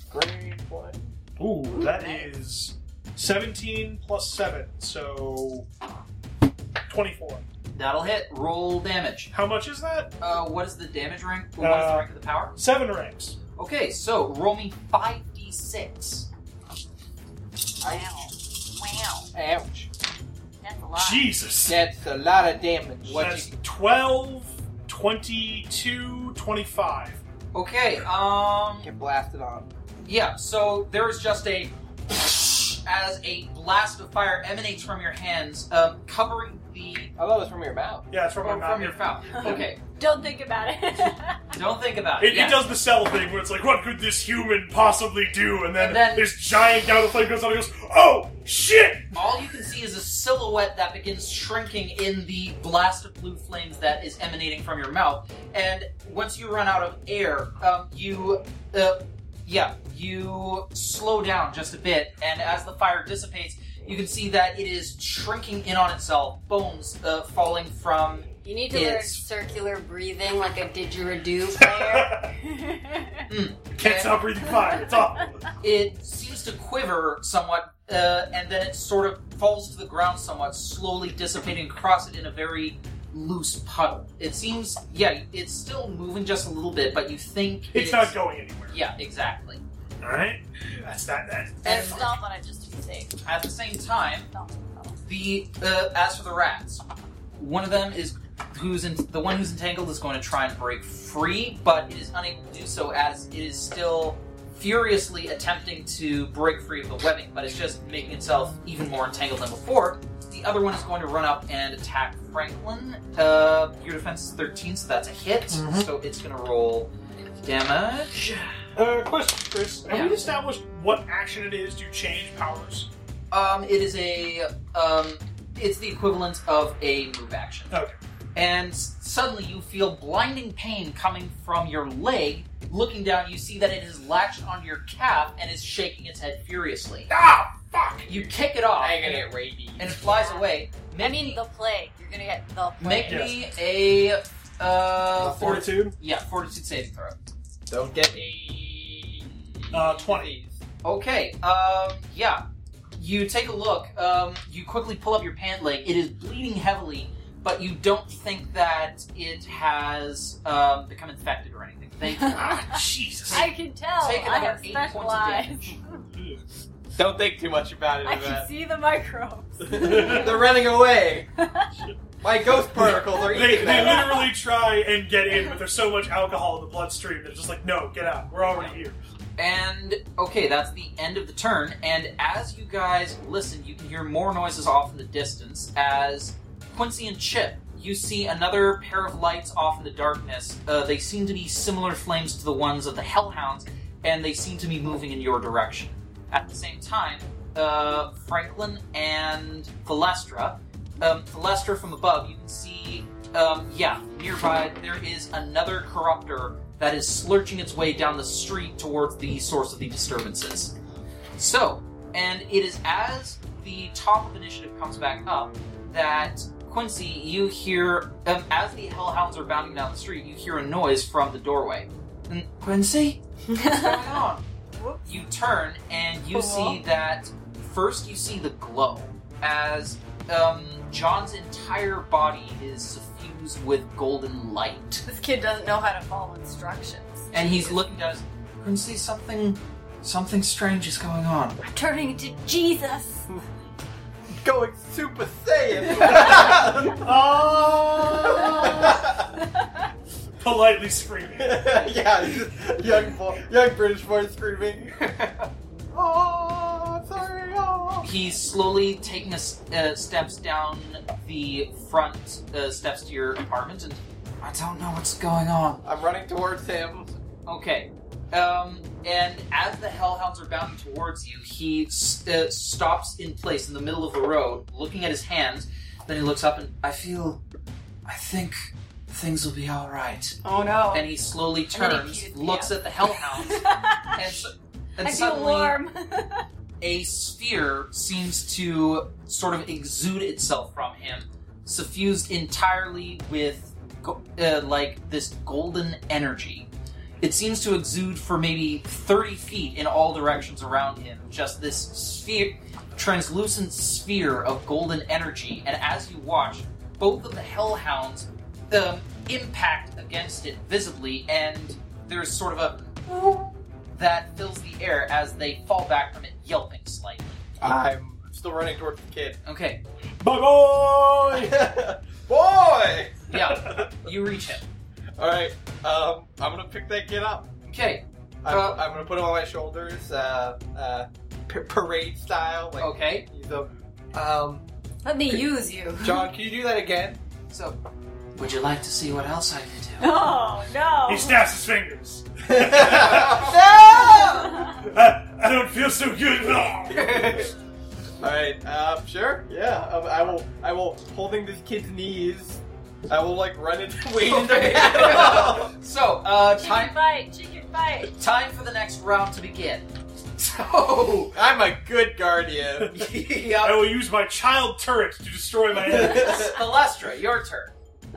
Green one. Ooh, that is 17 plus 7, so 24. That'll hit. Roll damage. How much is that? Uh, what is the damage rank? Or what is the Uh, rank of the power? 7 ranks. Okay, so roll me 5d6. Wow. Wow. Ouch! That's a lot. Jesus. That's a lot of damage. What That's you, 12, 22, 25. Okay, um. get blasted on? Yeah, so there is just a as a blast of fire emanates from your hands, um, covering the I love this from your mouth. Yeah, it's from my from, mouth. your It, foul. Okay, Don't think about it. don't think about it. it yeah. does the cell thing where it's like, what could this human possibly do? And then, And then- this giant gout of flame goes out and goes, oh, shit! All you can see is a silhouette that begins shrinking in the blast of blue flames that is emanating from your mouth. And once you run out of air, um, you, uh, yeah, you slow down just a bit. And as the fire dissipates, you can see that it is shrinking in on itself, bones uh, falling from You need to learn It's- circular breathing like a didgeridoo player. Can't stop breathing fire. It's awful. it seems to quiver somewhat, uh, and then it sort of falls to the ground somewhat, slowly dissipating across it in a very loose puddle. It seems, yeah, it's still moving just a little bit, but you think It's not going anywhere. Yeah, exactly. All right, that's that. That and stop on it just to be safe. At the same time, Stop. the uh, as for the rats, one of them is who's in, the one who's entangled is going to try and break free, but it is unable to do so as it is still furiously attempting to break free of the webbing, but it's just making itself even more entangled than before. The other one is going to run up and attack Franklin. Uh, your defense is 13, so that's a hit. So it's going to roll damage. uh, question, Chris. Have Yeah. we established what action it is to change powers? Um, it is a um, it's the equivalent of a move action. Okay. And s- suddenly you feel blinding pain coming from your leg. Looking down, you see that it has latched onto your calf and is shaking its head furiously. Ah, fuck! You kick it off, I ain't gonna and get rabies. Uh, it flies away. Make I mean the plague. You're gonna get the plague. make Yes. me a uh, fortitude. fortitude. Yeah, fortitude saving throw. Don't get a Uh, 20. Okay. Um. Yeah. You take a look. Um. You quickly pull up your pant leg. It is bleeding heavily, but you don't think that it has um, become infected or anything. Thank you. Ah, Jesus. I can tell. Take Oh, I have another eight points of specialized. damage. Don't think too much about it. I Yvette. can see the microbes. They're running away. My ghost particles are They, eating they them. literally try and get in, but there's so much alcohol in the bloodstream that it's just like, no, get out. We're already here. And okay, that's the end of the turn. And as you guys listen, you can hear more noises off in the distance. As Quincy and Chip, you see another pair of lights off in the darkness. Uh, they seem to be similar flames to the ones of the Hellhounds, and they seem to be moving in your direction. At the same time, uh, Franklin and Thalestra, um, Thalestra from above, you can see, um, yeah, nearby there is another corruptor that is slurching its way down the street towards the source of the disturbances. So, and it is as the top of initiative comes back up that Quincy, you hear um, as the hellhounds are bounding down the street, you hear a noise from the doorway. And, Quincy, what's going on? You turn and you see that first you see the glow as um, John's entire body is suffused with golden light This kid doesn't know how to follow instructions. and he's looking down. His, Quincy, something, something strange is going on. I'm turning into Jesus. Going Super Saiyan. Oh! Politely screaming. yeah, Oh. young boy, young British boy screaming. oh, I'm sorry. Oh. He's slowly taking a, s- uh, steps down the front uh, steps to your apartment, and I don't know what's going on. I'm running towards him. Okay. Um, and as the hellhounds are bounding towards you, he s- uh, stops in place in the middle of the road, looking at his hands. Then he looks up and I feel, I think things will be all right. Oh no. And he slowly then he turns, pees- looks yeah. at the hellhounds, and, s- and I feel suddenly warm. a sphere seems to sort of exude itself from him, suffused entirely with go- uh, like this golden energy. It seems to exude for maybe 30 feet in all directions around him, just this sphere, translucent sphere of golden energy. And as you watch, both of the hellhounds um, impact against it visibly, and there's sort of a that fills the air as they fall back from it, yelping slightly. I'm still running towards the kid. Okay, Bye bye! Boy! yeah, you reach him. Alright, um, I'm gonna pick that kid up. Okay, I'm, Uh, I'm gonna put him on my shoulders, uh, uh, p- parade style. Like, okay. he's a, um, Let me use you. John, can you do that again? So, would you like to see what else I can do? Oh no. He snaps his fingers. no. I, I don't feel so good. Alright, uh, sure. Yeah, um, I will, I will, holding this kid's knees, I will, like, run into wait into him. So, uh, Chicken time fight, chicken fight. time for the next round to begin. So, I'm a good guardian. I yep. will use my child turret to destroy my enemy. Celestra, your turn.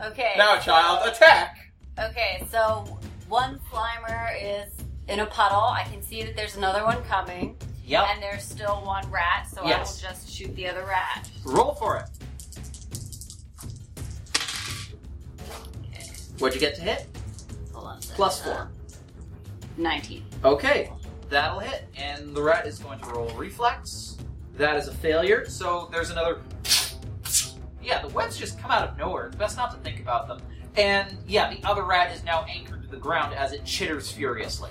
Okay. now, child, attack! Okay, so one slimer is in a puddle. I can see that there's another one coming, Yep. and there's still one rat. So Yes. I will just shoot the other rat. Roll for it. What'd you get to hit? Hold on a second. Plus four. Nineteen. Okay, that'll hit, and the rat is going to roll reflex. That is a failure, so there's another. Yeah, the webs just come out of nowhere. It's best not to think about them. And yeah, the other rat is now anchored to the ground as it chitters furiously.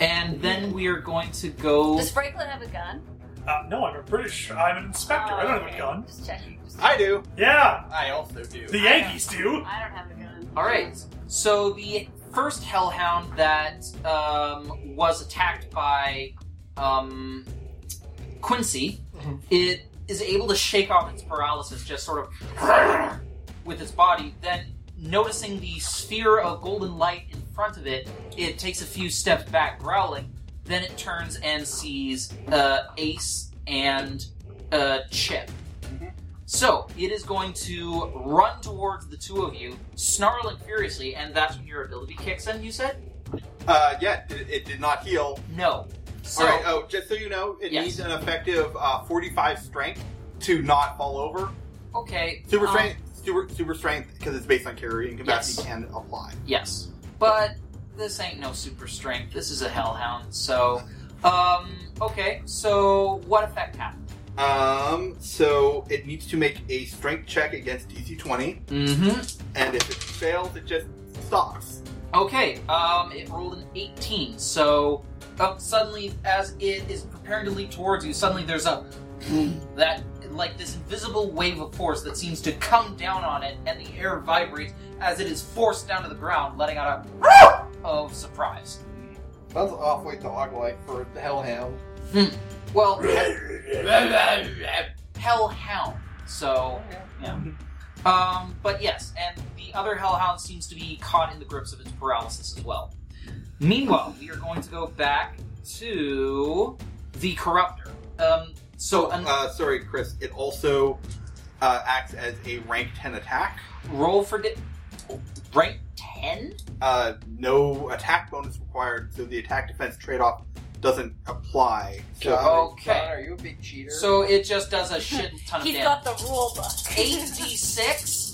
And then we are going to go. Does Franklin have a gun? Uh, no, I'm a British. I'm an inspector. I don't have okay. a gun. Just checking. Just- I do. Yeah, I also do. the Yankees do. I don't have a gun. All right. So the first hellhound that um, was attacked by um, Quincy, it is able to shake off its paralysis, just sort of with its body. Then, noticing the sphere of golden light in front of it, it takes a few steps back, growling. Then it turns and sees uh, Ace and uh, Chip. So it is going to run towards the two of you, snarling furiously, and that's when your ability kicks in. You said Uh, yeah, it, it did not heal. no. So All right. Oh, just so you know, it Yes. needs an effective uh, 45 strength to not fall over. okay, Super um, strength, super, super strength, because it's based on carrying capacity, Yes. can apply. Yes, but this ain't no super strength. This is a hellhound. So, um, okay. So what effect happened? Um, so it needs to make a strength check against DC 20, Mm-hmm. and if it fails, it just stops. Okay, um, it rolled an 18, so um, suddenly, as it is preparing to leap towards you, suddenly there's a that like this invisible wave of force that seems to come down on it, and the air vibrates as it is forced down to the ground, letting out a of surprise. That's awfully dog-like for the hellhound. Well, hellhound. So, yeah. Um, but yes, and the other hellhound seems to be caught in the grips of its paralysis as well. Meanwhile, we are going to go back to the corruptor. Um, so an, Uh, sorry, Chris. It also uh, acts as a rank ten attack. roll for di- rank ten. Uh, no attack bonus required, so the attack defense trade off doesn't apply. So John, Okay. John, Oh, are you a big cheater? So it just does a shit ton of He's damage. got the rule book. Eight d six.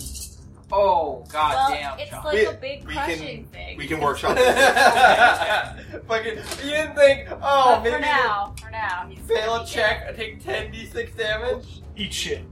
Oh god well, damn, it's John. like We- a big we crushing can- thing. we can workshop this. Fucking, you didn't think, oh, but maybe for now, for now, he's fail gonna a be check, I take 10d6 damage? Eat shit.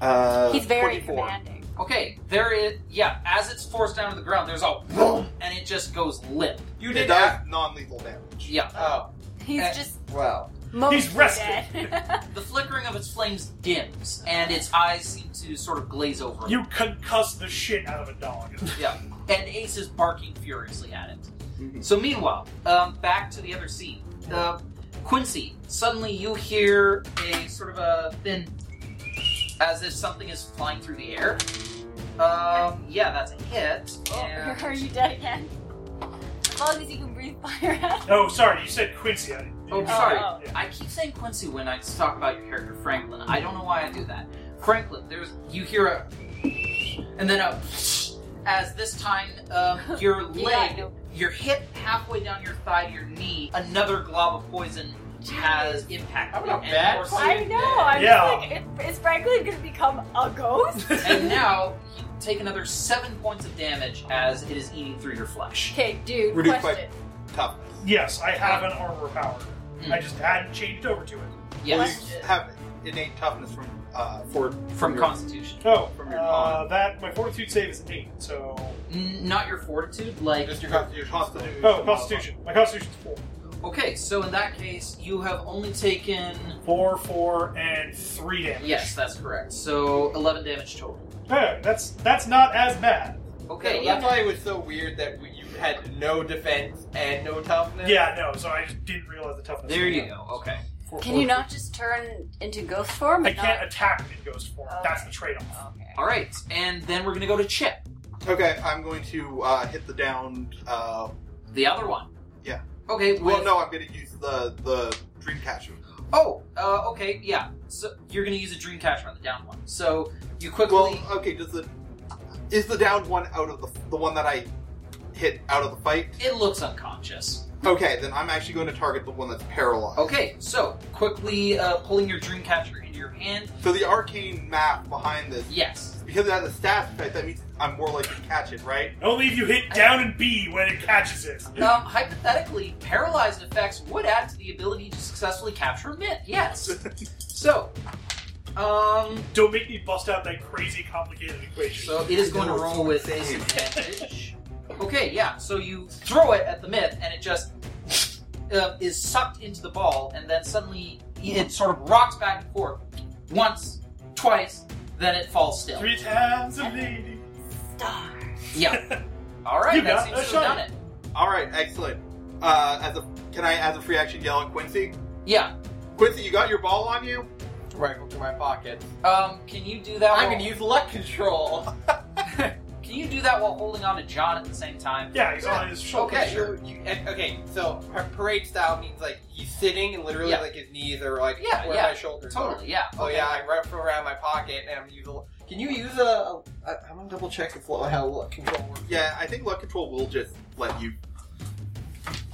Uh, good. He's very 24. commanding. Okay, there it. Yeah, as it's forced down to the ground, there's a boom, and it just goes limp. You It did does that? non lethal damage. Yeah, Oh, He's Uh, just wow. mostly He's rested. dead. the flickering of its flames dims, and its eyes seem to sort of glaze over. You concuss the shit out of a dog. and Ace is barking furiously at it. Mhm. So meanwhile, um, back to the other scene. Uh, Quincy, suddenly you hear a sort of a thin, as if something is flying through the air. Um, yeah, that's a hit. oh, and- are you dead again? As long as you can breathe fire out. Oh, sorry, you said Quincy. I didn't- Oh, you- sorry. Oh, Yeah. I keep saying Quincy when I talk about your character Franklin. I don't know why I do that. Franklin, there's you hear a, and then a, as this time um, your You got leg no- You're hit halfway down your thigh to your knee. Another glob of poison has impacted I'm you. not And, bad. of course- I know. I'm Yeah. just like, is, is Franklin gonna become a ghost? and now you take another seven points of damage as it is eating through your flesh. Okay, dude. Reduce question. Toughness. Yes, I have an armor power. Mm. I just hadn't changed over to it. Well, Yes, you have innate toughness from uh, for from your- Constitution. Oh, From your uh, that my fortitude save is an eight. So N- not your fortitude, like just your constitution. Constitution. oh, Constitution. My Constitution's four. okay. So in that case, you have only taken. Four, four, and three damage. Yes, that's correct. So eleven damage total. Hey, that's that's not as bad. Okay, yeah. that's why it was so weird that we, you had no defense and no toughness. Yeah, no. So I just didn't realize the toughness. There you go. Okay. Four, Can four, you three. not just turn into ghost form? I and can't attack in ghost form. Okay. That's the trade-off. Not... Okay. All right, and then we're gonna go to Chip, Okay, I'm going to uh, hit the downed. Uh, the other one. Yeah. Okay. well, with- no, I'm going to use the the dreamcatcher. Oh, uh, okay, yeah. So you're gonna use a dream catcher on the down one. So you quickly. Well, okay. Does the is the downed one out of the the one that I hit out of the fight? it looks unconscious. Okay, then I'm actually going to target the one that's paralyzed. Okay, so quickly uh, pulling your dream catcher into your hand. So the arcane map behind this, Yes. because it has a staff effect, that means I'm more likely to catch it, right? Only if you hit down and B when it catches it. Now, hypothetically, paralyzed effects would add to the ability to successfully capture a mitt. Yes. So, um, Don't make me bust out that crazy complicated equation. so it is going to roll with disadvantage. Okay, yeah. So you throw it at the myth, and it just uh, is sucked into the ball, and then suddenly it sort of rocks back and forth once, twice, then it falls still. Three times a lady. Star. Yeah. All right, You that got seems a to have shot. done it. All right, excellent. Uh, as a can I as a free action yell at Quincy? Yeah. Quincy, you got your ball on you? Rifle to my pocket. Um, can you do that? I'm while, gonna use luck control. Can you do that while holding on to John at the same time? Yeah, he's on his shoulder. Okay, sure. you, you, and- okay. So her parade style means like he's sitting and literally Yeah. like his knees are like Yeah, where yeah, my shoulders Totally. Yeah. are. Oh yeah, I rifle around my pocket and I'm using. Can you use a? a I, I'm gonna double check if lo- how luck control works. Yeah, I think luck control will just let you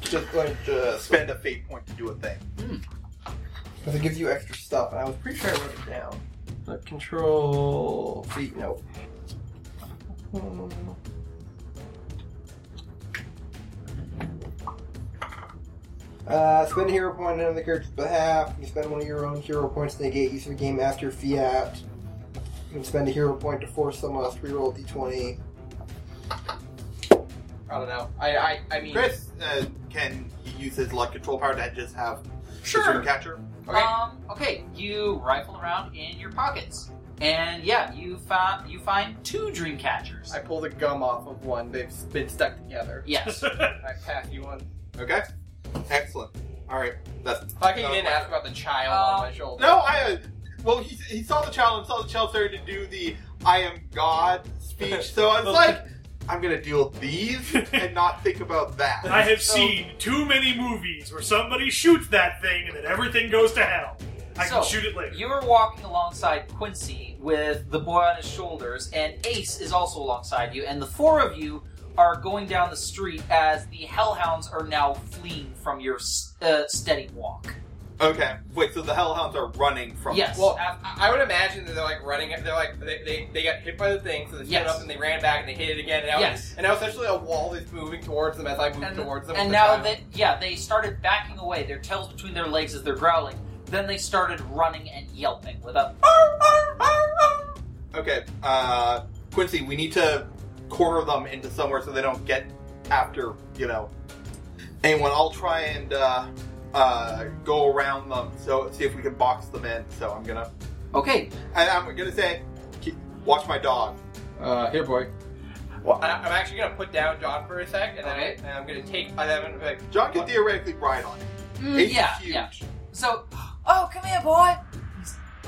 Just like uh, spend a fate point to do a thing. Because it gives you extra stuff, and I was pretty sure I wrote it down. But control feet, nope. Uh, spend a hero point on another character's behalf. You spend one of your own hero points to negate use of a game after fiat. You can spend a hero point to force someone else to reroll a d20. I don't know. I I, I mean. Chris, uh, can he use his luck control power to just have the dream catcher? Okay. Um, okay, you rifle around in your pockets, and yeah, you find you find two dream catchers. I pull the gum off of one. They've been stuck together. Yes. I pass you one. Okay, excellent. All right, that's How can you that was didn't my- ask about the child Oh. on my shoulder? No, I. Uh, well, he, he saw the child and saw the child starting to do the "I am God" speech, so I was like, I'm gonna deal these and not think about that. I have So- seen too many movies where somebody shoots that thing and then everything goes to hell. I So, can shoot it later. You're walking alongside Quincy with the boy on his shoulders, and Ace is also alongside you, and the four of you are going down the street as the hellhounds are now fleeing from your s- uh, steady walk. Okay, wait. So the hellhounds are running from. yes. Well, af- I I would imagine that they're like running. They're like they, they, they got hit by the thing, so they stood Yes. up and they ran back and they hit it again. And now, Yes. and now essentially a wall is moving towards them as I move And- towards them. and with now the that yeah, they started backing away, their tails between their legs as they're growling. Then they started running and yelping with a Okay, uh, Quincy, we need to corner them into somewhere so they don't get after, you know, anyone. I'll try and uh, uh, go around them, so see if we can box them in. So I'm gonna, okay. and I'm gonna say, keep, watch my dog. Uh, here, boy. Well, I, I'm actually gonna put down John for a sec, and then I, Alright. and I'm gonna take. And then I'm gonna be like, John can theoretically ride on it. Mm, It's yeah, huge. yeah. So, oh, come here, boy. all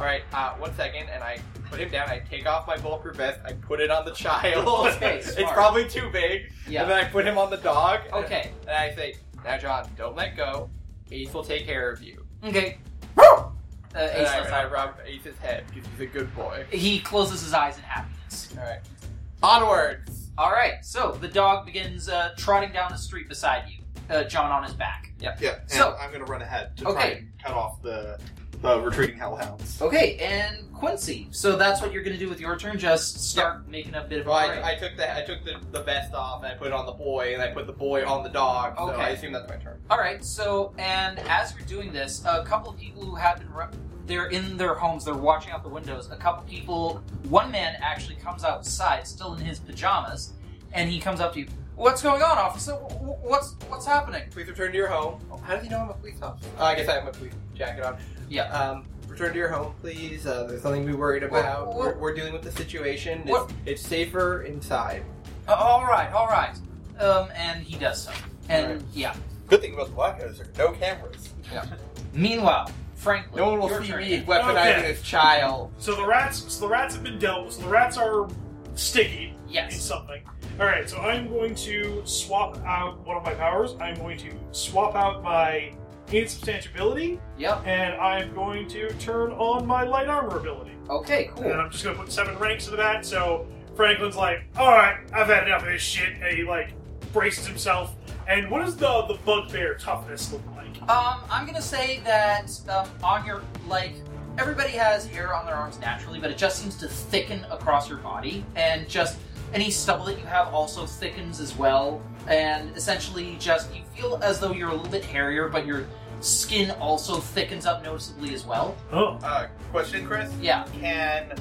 right, uh, one second, and I put him down. I take off my bulletproof vest. I put it on the child. Okay, it's smart. probably too big. Yeah. And then I put him on the dog. and- Okay. And I say, now John, don't let go. Ace will take care of you. Okay. Uh, and Ace, I, lets and I rub Ace's head because he's a good boy. He closes his eyes in happiness. All right, onwards. All right, so the dog begins uh, trotting down the street beside you, uh, John on his back. Yeah. And So- I'm gonna run ahead to try Okay. and cut off the the retreating hellhounds. Okay, and Quincy. So that's what you're going to do with your turn. Just start making a bit of a Well, break. I, I took the I took the, the vest off and I put it on the boy and I put the boy on the dog. So Okay. I assume that's my turn. All right. So, and as you're doing this, a couple of people who have been, ru- they're in their homes. They're watching out the windows. A couple people. One man actually comes outside, still in his pajamas, and he comes up to you. What's going on, officer? Wh- wh- What's what's happening? Please return to your home. Oh, how does he know I'm a police officer? Uh, I guess I have my police jacket on. Yeah. Um, return to your home, please. Uh, there's something to be worried What- about. what- We're, we're dealing with the situation. It's, What- it's safer inside. Uh, all right. All right. Um, and he does so. And All yeah. Good thing about blackouts, there are no cameras. Meanwhile, Franklin. No one will your see turn. me weaponizing Okay. this child. So the rats, so the rats have been dealt with. So the rats are sticky in Yes. something. All right, so I'm going to swap out one of my powers. I'm going to swap out my insubstantiability, Yep. and I'm going to turn on my light armor ability. Okay. Cool. And I'm just gonna put seven ranks into that. So Franklin's like, all right, I've had enough of this shit, and he like braces himself. And what does the the bugbear toughness look like? Um, I'm gonna say that um, on your like everybody has hair on their arms naturally, but it just seems to thicken across your body, and just any stubble that you have also thickens as well. And essentially, just you feel as though you're a little bit hairier, but your skin also thickens up noticeably as well. Oh, Uh, question, Chris. Yeah. Can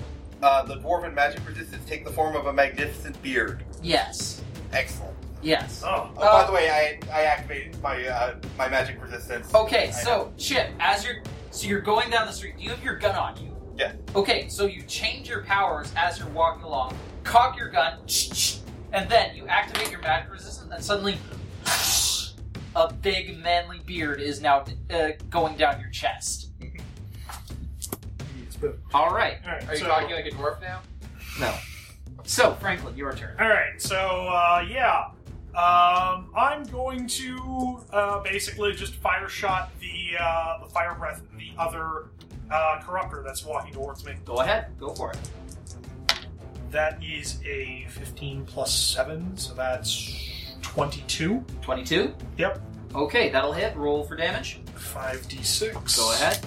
uh, the dwarven magic resistance take the form of a magnificent beard? Yes. Excellent. Yes. oh, Oh, by Uh, the way, I I activated my uh, my magic resistance. Oh. Okay, so Chip, as you're so you're going down the street, do you have your gun on you? Yeah. Okay, so you change your powers as you're walking along, cock your gun, and then you activate your magic resistance, and suddenly a big manly beard is now uh, going down your chest. All right, all right. Are you so, talking like a dwarf now? so Franklin, your turn. All right, so uh, yeah, um, I'm going to uh, basically just fire shot the uh, the fire breath, the other uh, corruptor that's walking towards me. Go ahead, go for it. That is a 15 plus seven, so that's 22. Twenty-two. Yep. Okay, that'll hit. Roll for damage. 5d6. Go ahead.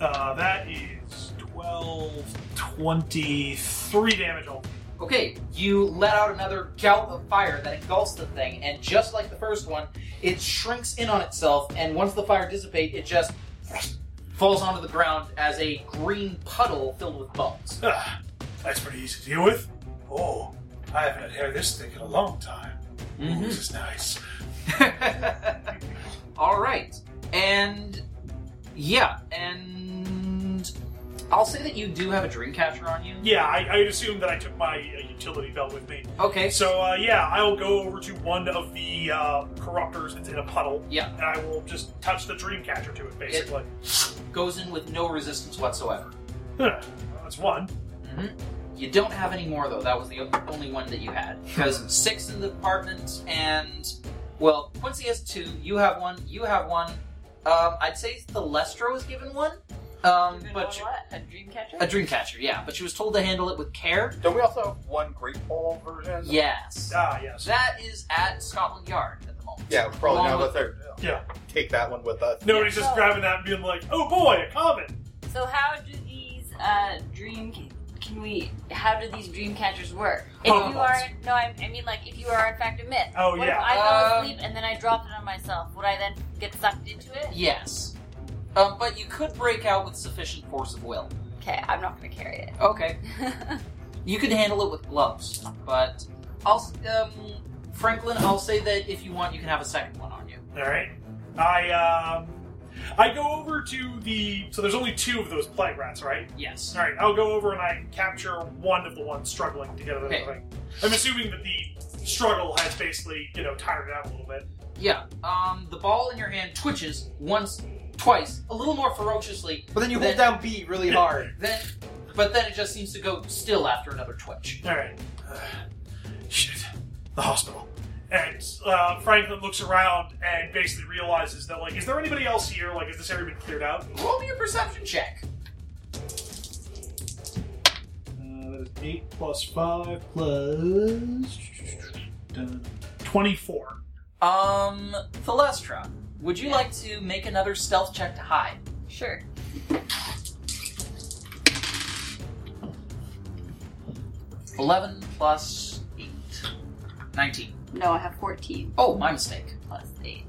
Uh, that is 12, 23 damage. Oh, all- Okay, you let out another gout of fire that engulfs the thing, and just like the first one, it shrinks in on itself, and once the fire dissipates, it just falls onto the ground as a green puddle filled with bones. Ah, that's pretty easy to deal with. Oh, I haven't had hair this thick in a long time. Mm-hmm. Ooh, This is nice. All right, and yeah, and I'll say that you do have a dream catcher on you. Yeah, I, I'd assume that I took my uh, utility belt with me. Okay, So uh, yeah, I'll go over to one of the uh, corruptors that's in a puddle, yeah, and I will just touch the dream catcher to it, basically. goes in with no resistance whatsoever. Huh, Uh, That's one. Mhm. You don't have any more though. That was the only one that you had because six in the department and well, Quincy has two. You have one. You have one. Um, I'd say the Lestro was given one. Um, Even but on she- what? A dream catcher? a dream catcher, yeah. But she was told to handle it with care. Don't we also have one great pole version? Yes. Ah, yes. That is at Scotland Yard at the moment. Yeah, we'll probably Along not with her. Yeah. Take that one with us. Nobody's just grabbing that and being like, "Oh boy, a comet!" So how do these uh, dream can we? How do these dream catchers work? If you are no, I, I mean like if you are in fact a myth. Oh, what yeah. If I fell Um, asleep and then I dropped it on myself. Would I then get sucked into it? Yes. Um, but you could break out with sufficient force of will. Okay, I'm not gonna carry it. Okay. You could handle it with gloves, but I'll s- um, Franklin. I'll say that if you want, you can have a second one on you. All right. I um, I go over to the so there's only two of those plague rats, right? Yes. All right. I'll go over and I capture one of the ones struggling to get out of the Okay. thing. I'm assuming that the struggle has basically you know tired it out a little bit. Yeah. Um, the ball in your hand twitches once, twice, a little more ferociously But then you hold Then- down B really hard. Then, but then it just seems to go still after another twitch. All right. Uh, shit. The hospital. And uh, Franklin looks around and basically realizes that like, is there anybody else here? Like, has this area been cleared out? Roll me a perception check. Uh, that is 8 plus 5 plus. dun, 24. Um, Thalestra, would you like to make another stealth check to hide? sure. Eleven plus eight. Nineteen. No, I have 14 Oh, my mistake. plus eight.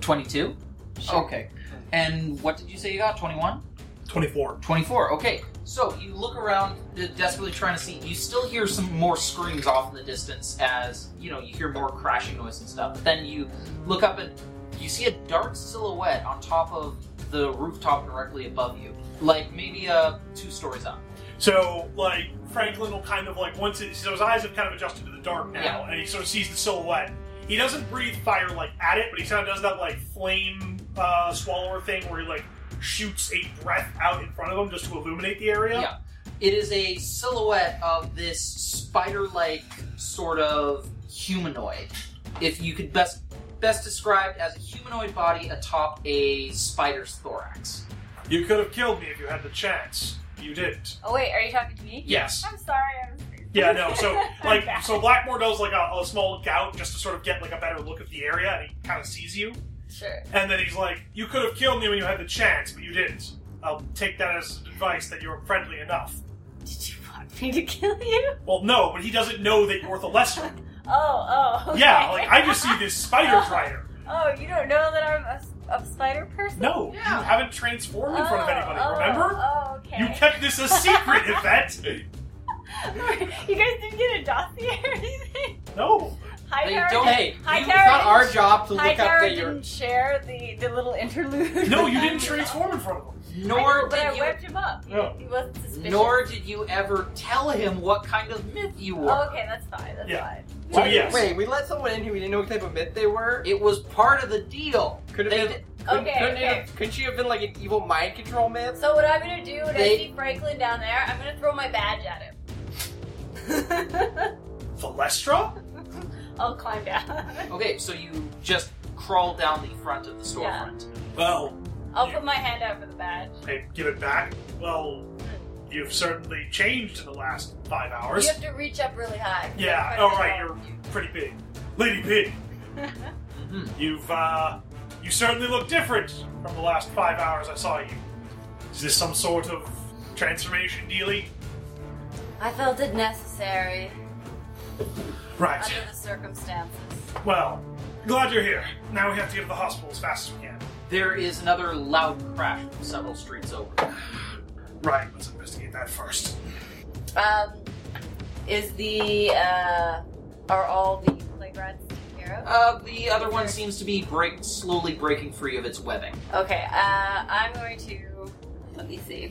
Twenty-two. Oh. Sure. Okay. And what did you say you got? Twenty-one. 24. 24. Okay, so you look around, d- desperately trying to see. You still hear some more screams off in the distance as, you know, you hear more crashing noise and stuff. But then you look up and you see a dark silhouette on top of the rooftop directly above you. Like maybe uh, two stories up. So, like, Franklin will kind of, like, once it, so his eyes have kind of adjusted to the dark now, Yeah. and he sort of sees the silhouette. He doesn't breathe fire, like, at it, but he kind of does that, like, flame uh, swallower thing where he, like, shoots a breath out in front of him just to illuminate the area. Yeah. It is a silhouette of this spider like sort of humanoid. If you could best best described as a humanoid body atop a spider's thorax. You could have killed me if you had the chance. You didn't. Oh wait, are you talking to me? Yes. I'm sorry. I was... Yeah, no. So I'm like, back. so Blackmore does like a, a small gout just to sort of get like a better look at the area, and he kind of sees you, Sure. and then he's like, "You could have killed me when you had the chance, but you didn't." I'll take that as advice that you're friendly enough. Did you want me to kill you? Well, no, but he doesn't know that you're the lesser. Oh, oh. okay. Yeah, like I just see this spider rider. Oh, you don't know that I'm a, a spider person. No, Yeah. you haven't transformed in front of Oh, anybody. oh, remember? Oh, okay. You kept this a secret, Yvette. you guys didn't get a dossier or anything. No. They Hightower, don't- didn't- hey, Hightower, It's not our didn't- job to look up Hightower that you're. didn't share the, the little interlude. No, you didn't transform in front of him. Nor but I did you whipped him up. He- No. He, wasn't suspicious. Nor did you ever tell him what kind of myth you were. Oh, okay, that's fine. That's Yeah. fine. So Why- yes. Wait, we let someone in who we didn't know what type of myth they were. It was part of the deal. Could have They did- been. couldn't- Okay, couldn't, it okay. have- couldn't she have been like an evil mind control myth? So what I'm gonna do when They- I see Franklin down there, I'm gonna throw my badge at him. Valestra? I'll climb down. Okay, so you just crawl down the front of the storefront. Well, I'll Yeah. put my hand out for the badge. I give it back. Well, you've certainly changed in the last five hours. You have to reach up really high. Yeah, Quite a oh bit right, taller you're than you. pretty big. Lady Pig, Mhm. you've, uh, you certainly look different from the last five hours I saw you. Is this some sort of transformation dealy? I felt it necessary Right. under the circumstances. Well, glad you're here. Now we have to get to the hospital as fast as we can. There is another loud crash from several streets over. Right, let's investigate that first. Um, is the uh, are all the playgrounds taken care Uh, the other one seems to be break, slowly breaking free of its webbing. of? Okay, uh, I'm going to let me see.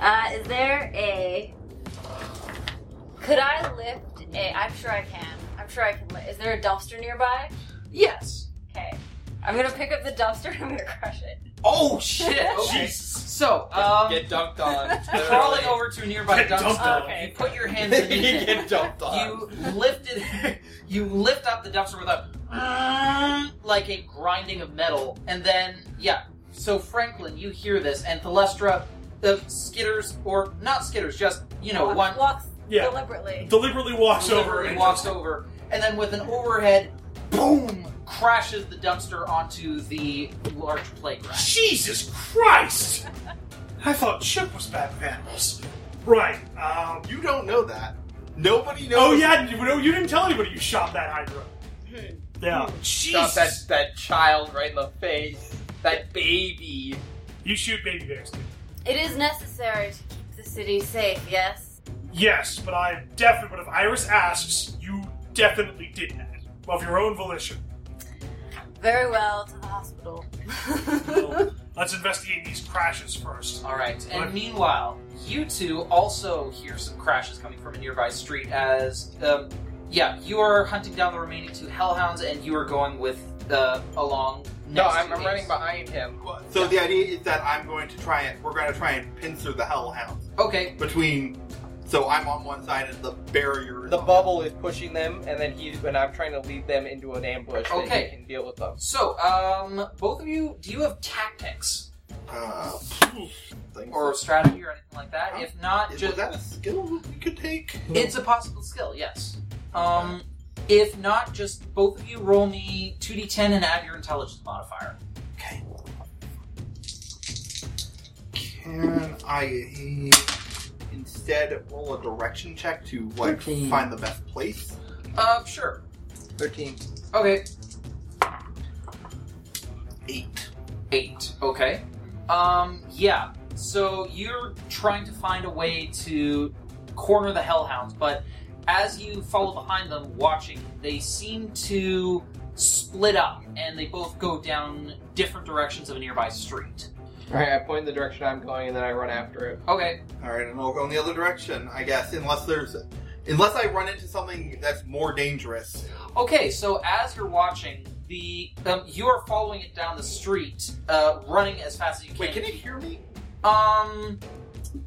Uh, is there a? Could I lift a? I'm sure I can. I'm sure I can. Li- is there a dumpster nearby? Yes. Okay, I'm gonna pick up the dumpster and I'm gonna crush it. Oh shit! Okay. Jesus. So, um, get dunked on. crawling over to a nearby Get dumped dumpster, on. you put your hands you in. the- get dunked on. you lifted. you lift up the dumpster with Uh, a like a grinding of metal, and then yeah. So Franklin, you hear this, and Thalestra, the skitters or not skitters, just you know Walk- one walks Yeah. deliberately. Deliberately walks over deliberately and walks over, and then with an overhead, boom, crashes the dumpster onto the large playground. Jesus Christ! I thought Chip was bad with animals. Right. Um, You don't know that. Nobody knows. oh yeah, you, no, you didn't tell anybody you shot that Hydra. Yeah. Shot Jesus. that, that child right in the face. That baby. You shoot baby bears. dude. It is necessary to keep the city safe, yes? Yes, but I definitely. But if Iris asks, you definitely did that of your own volition. Very well, to the hospital. So, let's investigate these crashes first. All right. And What? meanwhile, you two also hear some crashes coming from a nearby street. As um, yeah, you are hunting down the remaining two hellhounds, and you are going with uh, along. No, next I'm, to I'm Ace. running behind him. So the idea is that I'm going to try and we're going to try and pincer the hellhounds Okay. between. So I'm on one side and the barrier. is The on- bubble is pushing them, and then he's and I'm trying to lead them into an ambush that Okay. he can deal with them. So, um, both of you, do you have tactics Uh, things- or strategy or anything like that? If not, is, just was that a skill that we could take? It's a possible skill, yes. Um, if not, just both of you roll me 2d10 and add your intelligence modifier. Okay. Can I instead roll a direction check to like Thirteen. find the best place? Uh, sure. 13. Okay. Eight. Eight. Okay. Um, yeah. So you're trying to find a way to corner the hellhounds, but as you follow behind them, watching, they seem to split up and they both go down different directions of a nearby street. All right, I point in the direction I'm going, and then I run after it. Okay. All right, and I'll go in the other direction, I guess, unless there's unless I run into something that's more dangerous. Okay, so as you're watching, the um, you are following it down the street, uh, running as fast as you can. Wait, can it hear me? Um,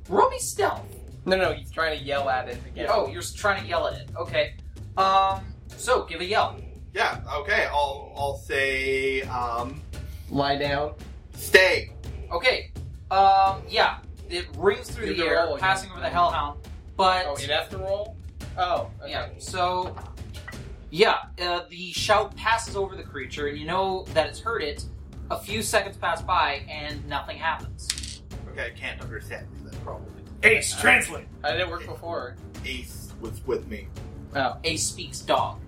roll me stealth. No, no, he's trying to yell at it again. Oh, you're s- trying to yell at it. Okay. Um, so give a yell. Yeah. Okay. I'll I'll say um, lie down. stay. Okay. Um, yeah, it rings through Give the it a air, roll again. passing over the hellhound. But Oh, it has to roll. Oh, okay. yeah, so yeah, uh, the shout passes over the creature, and you know that it's heard it. A few seconds pass by, and nothing happens. Okay, I can't understand you then probably. Ace, translate. How did it work before? Ace was with me. Oh, A speaks dog.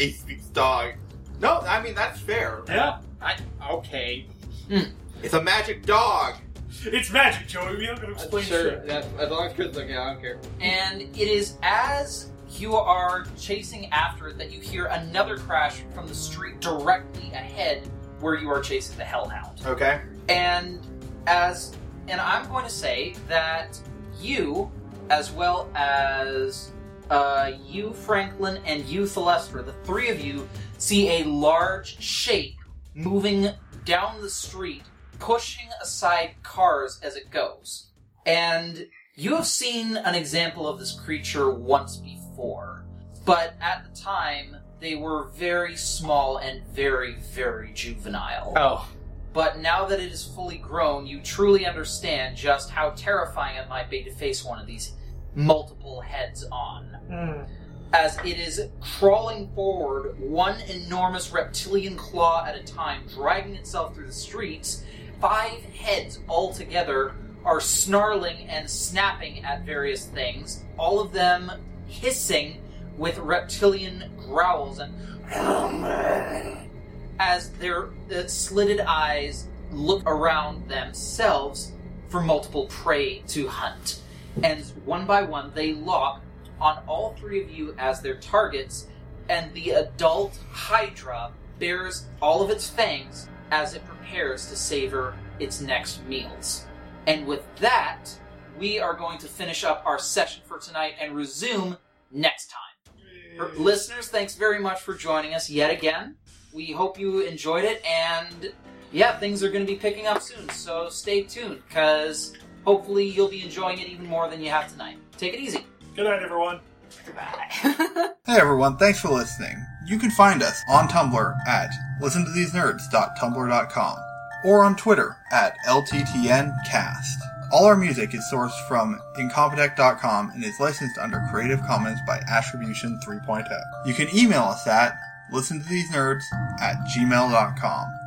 Ace speaks dog. No, I mean that's fair. Yeah. I okay. It's a magic dog. It's magic, Joey. We don't gotta Sure, explain shit. that's, as long as Chris is okay, I don't care. And it is as you are chasing after it that you hear another crash from the street directly ahead where you are chasing the hellhound. Okay. And as and I'm going to say that you, as well as uh, you, Franklin, and you, Celestra, the three of you see a large shape moving down the street, pushing aside cars as it goes. And you have seen an example of this creature once before, but at the time they were very small and very, very juvenile. Oh, But now that it is fully grown, you truly understand just how terrifying it might be to face one of these multiple heads on. Hmm. As it is crawling forward, one enormous reptilian claw at a time, dragging itself through the streets, five heads all together are snarling and snapping at various things, all of them hissing with reptilian growls and as their uh, slitted eyes look around themselves for multiple prey to hunt. And one by one, they lock on all three of you as their targets, and the adult Hydra bears all of its fangs as it prepares to savor its next meals. And with that, we are going to finish up our session for tonight and resume next time. Er, Listeners, thanks very much for joining us yet again. We hope you enjoyed it, and yeah, things are going to be picking up soon. So stay tuned, because hopefully you'll be enjoying it even more than you have tonight. Take it easy. Good night, everyone. Goodbye. Hey everyone, thanks for listening. You can find us on Tumblr at listentothesenerds.tumblr.com or on Twitter at LTTNcast. All our music is sourced from incompetech.com and is licensed under Creative Commons by oh. Attribution 3.0. You can email us at listentothesenerds at gmail.com.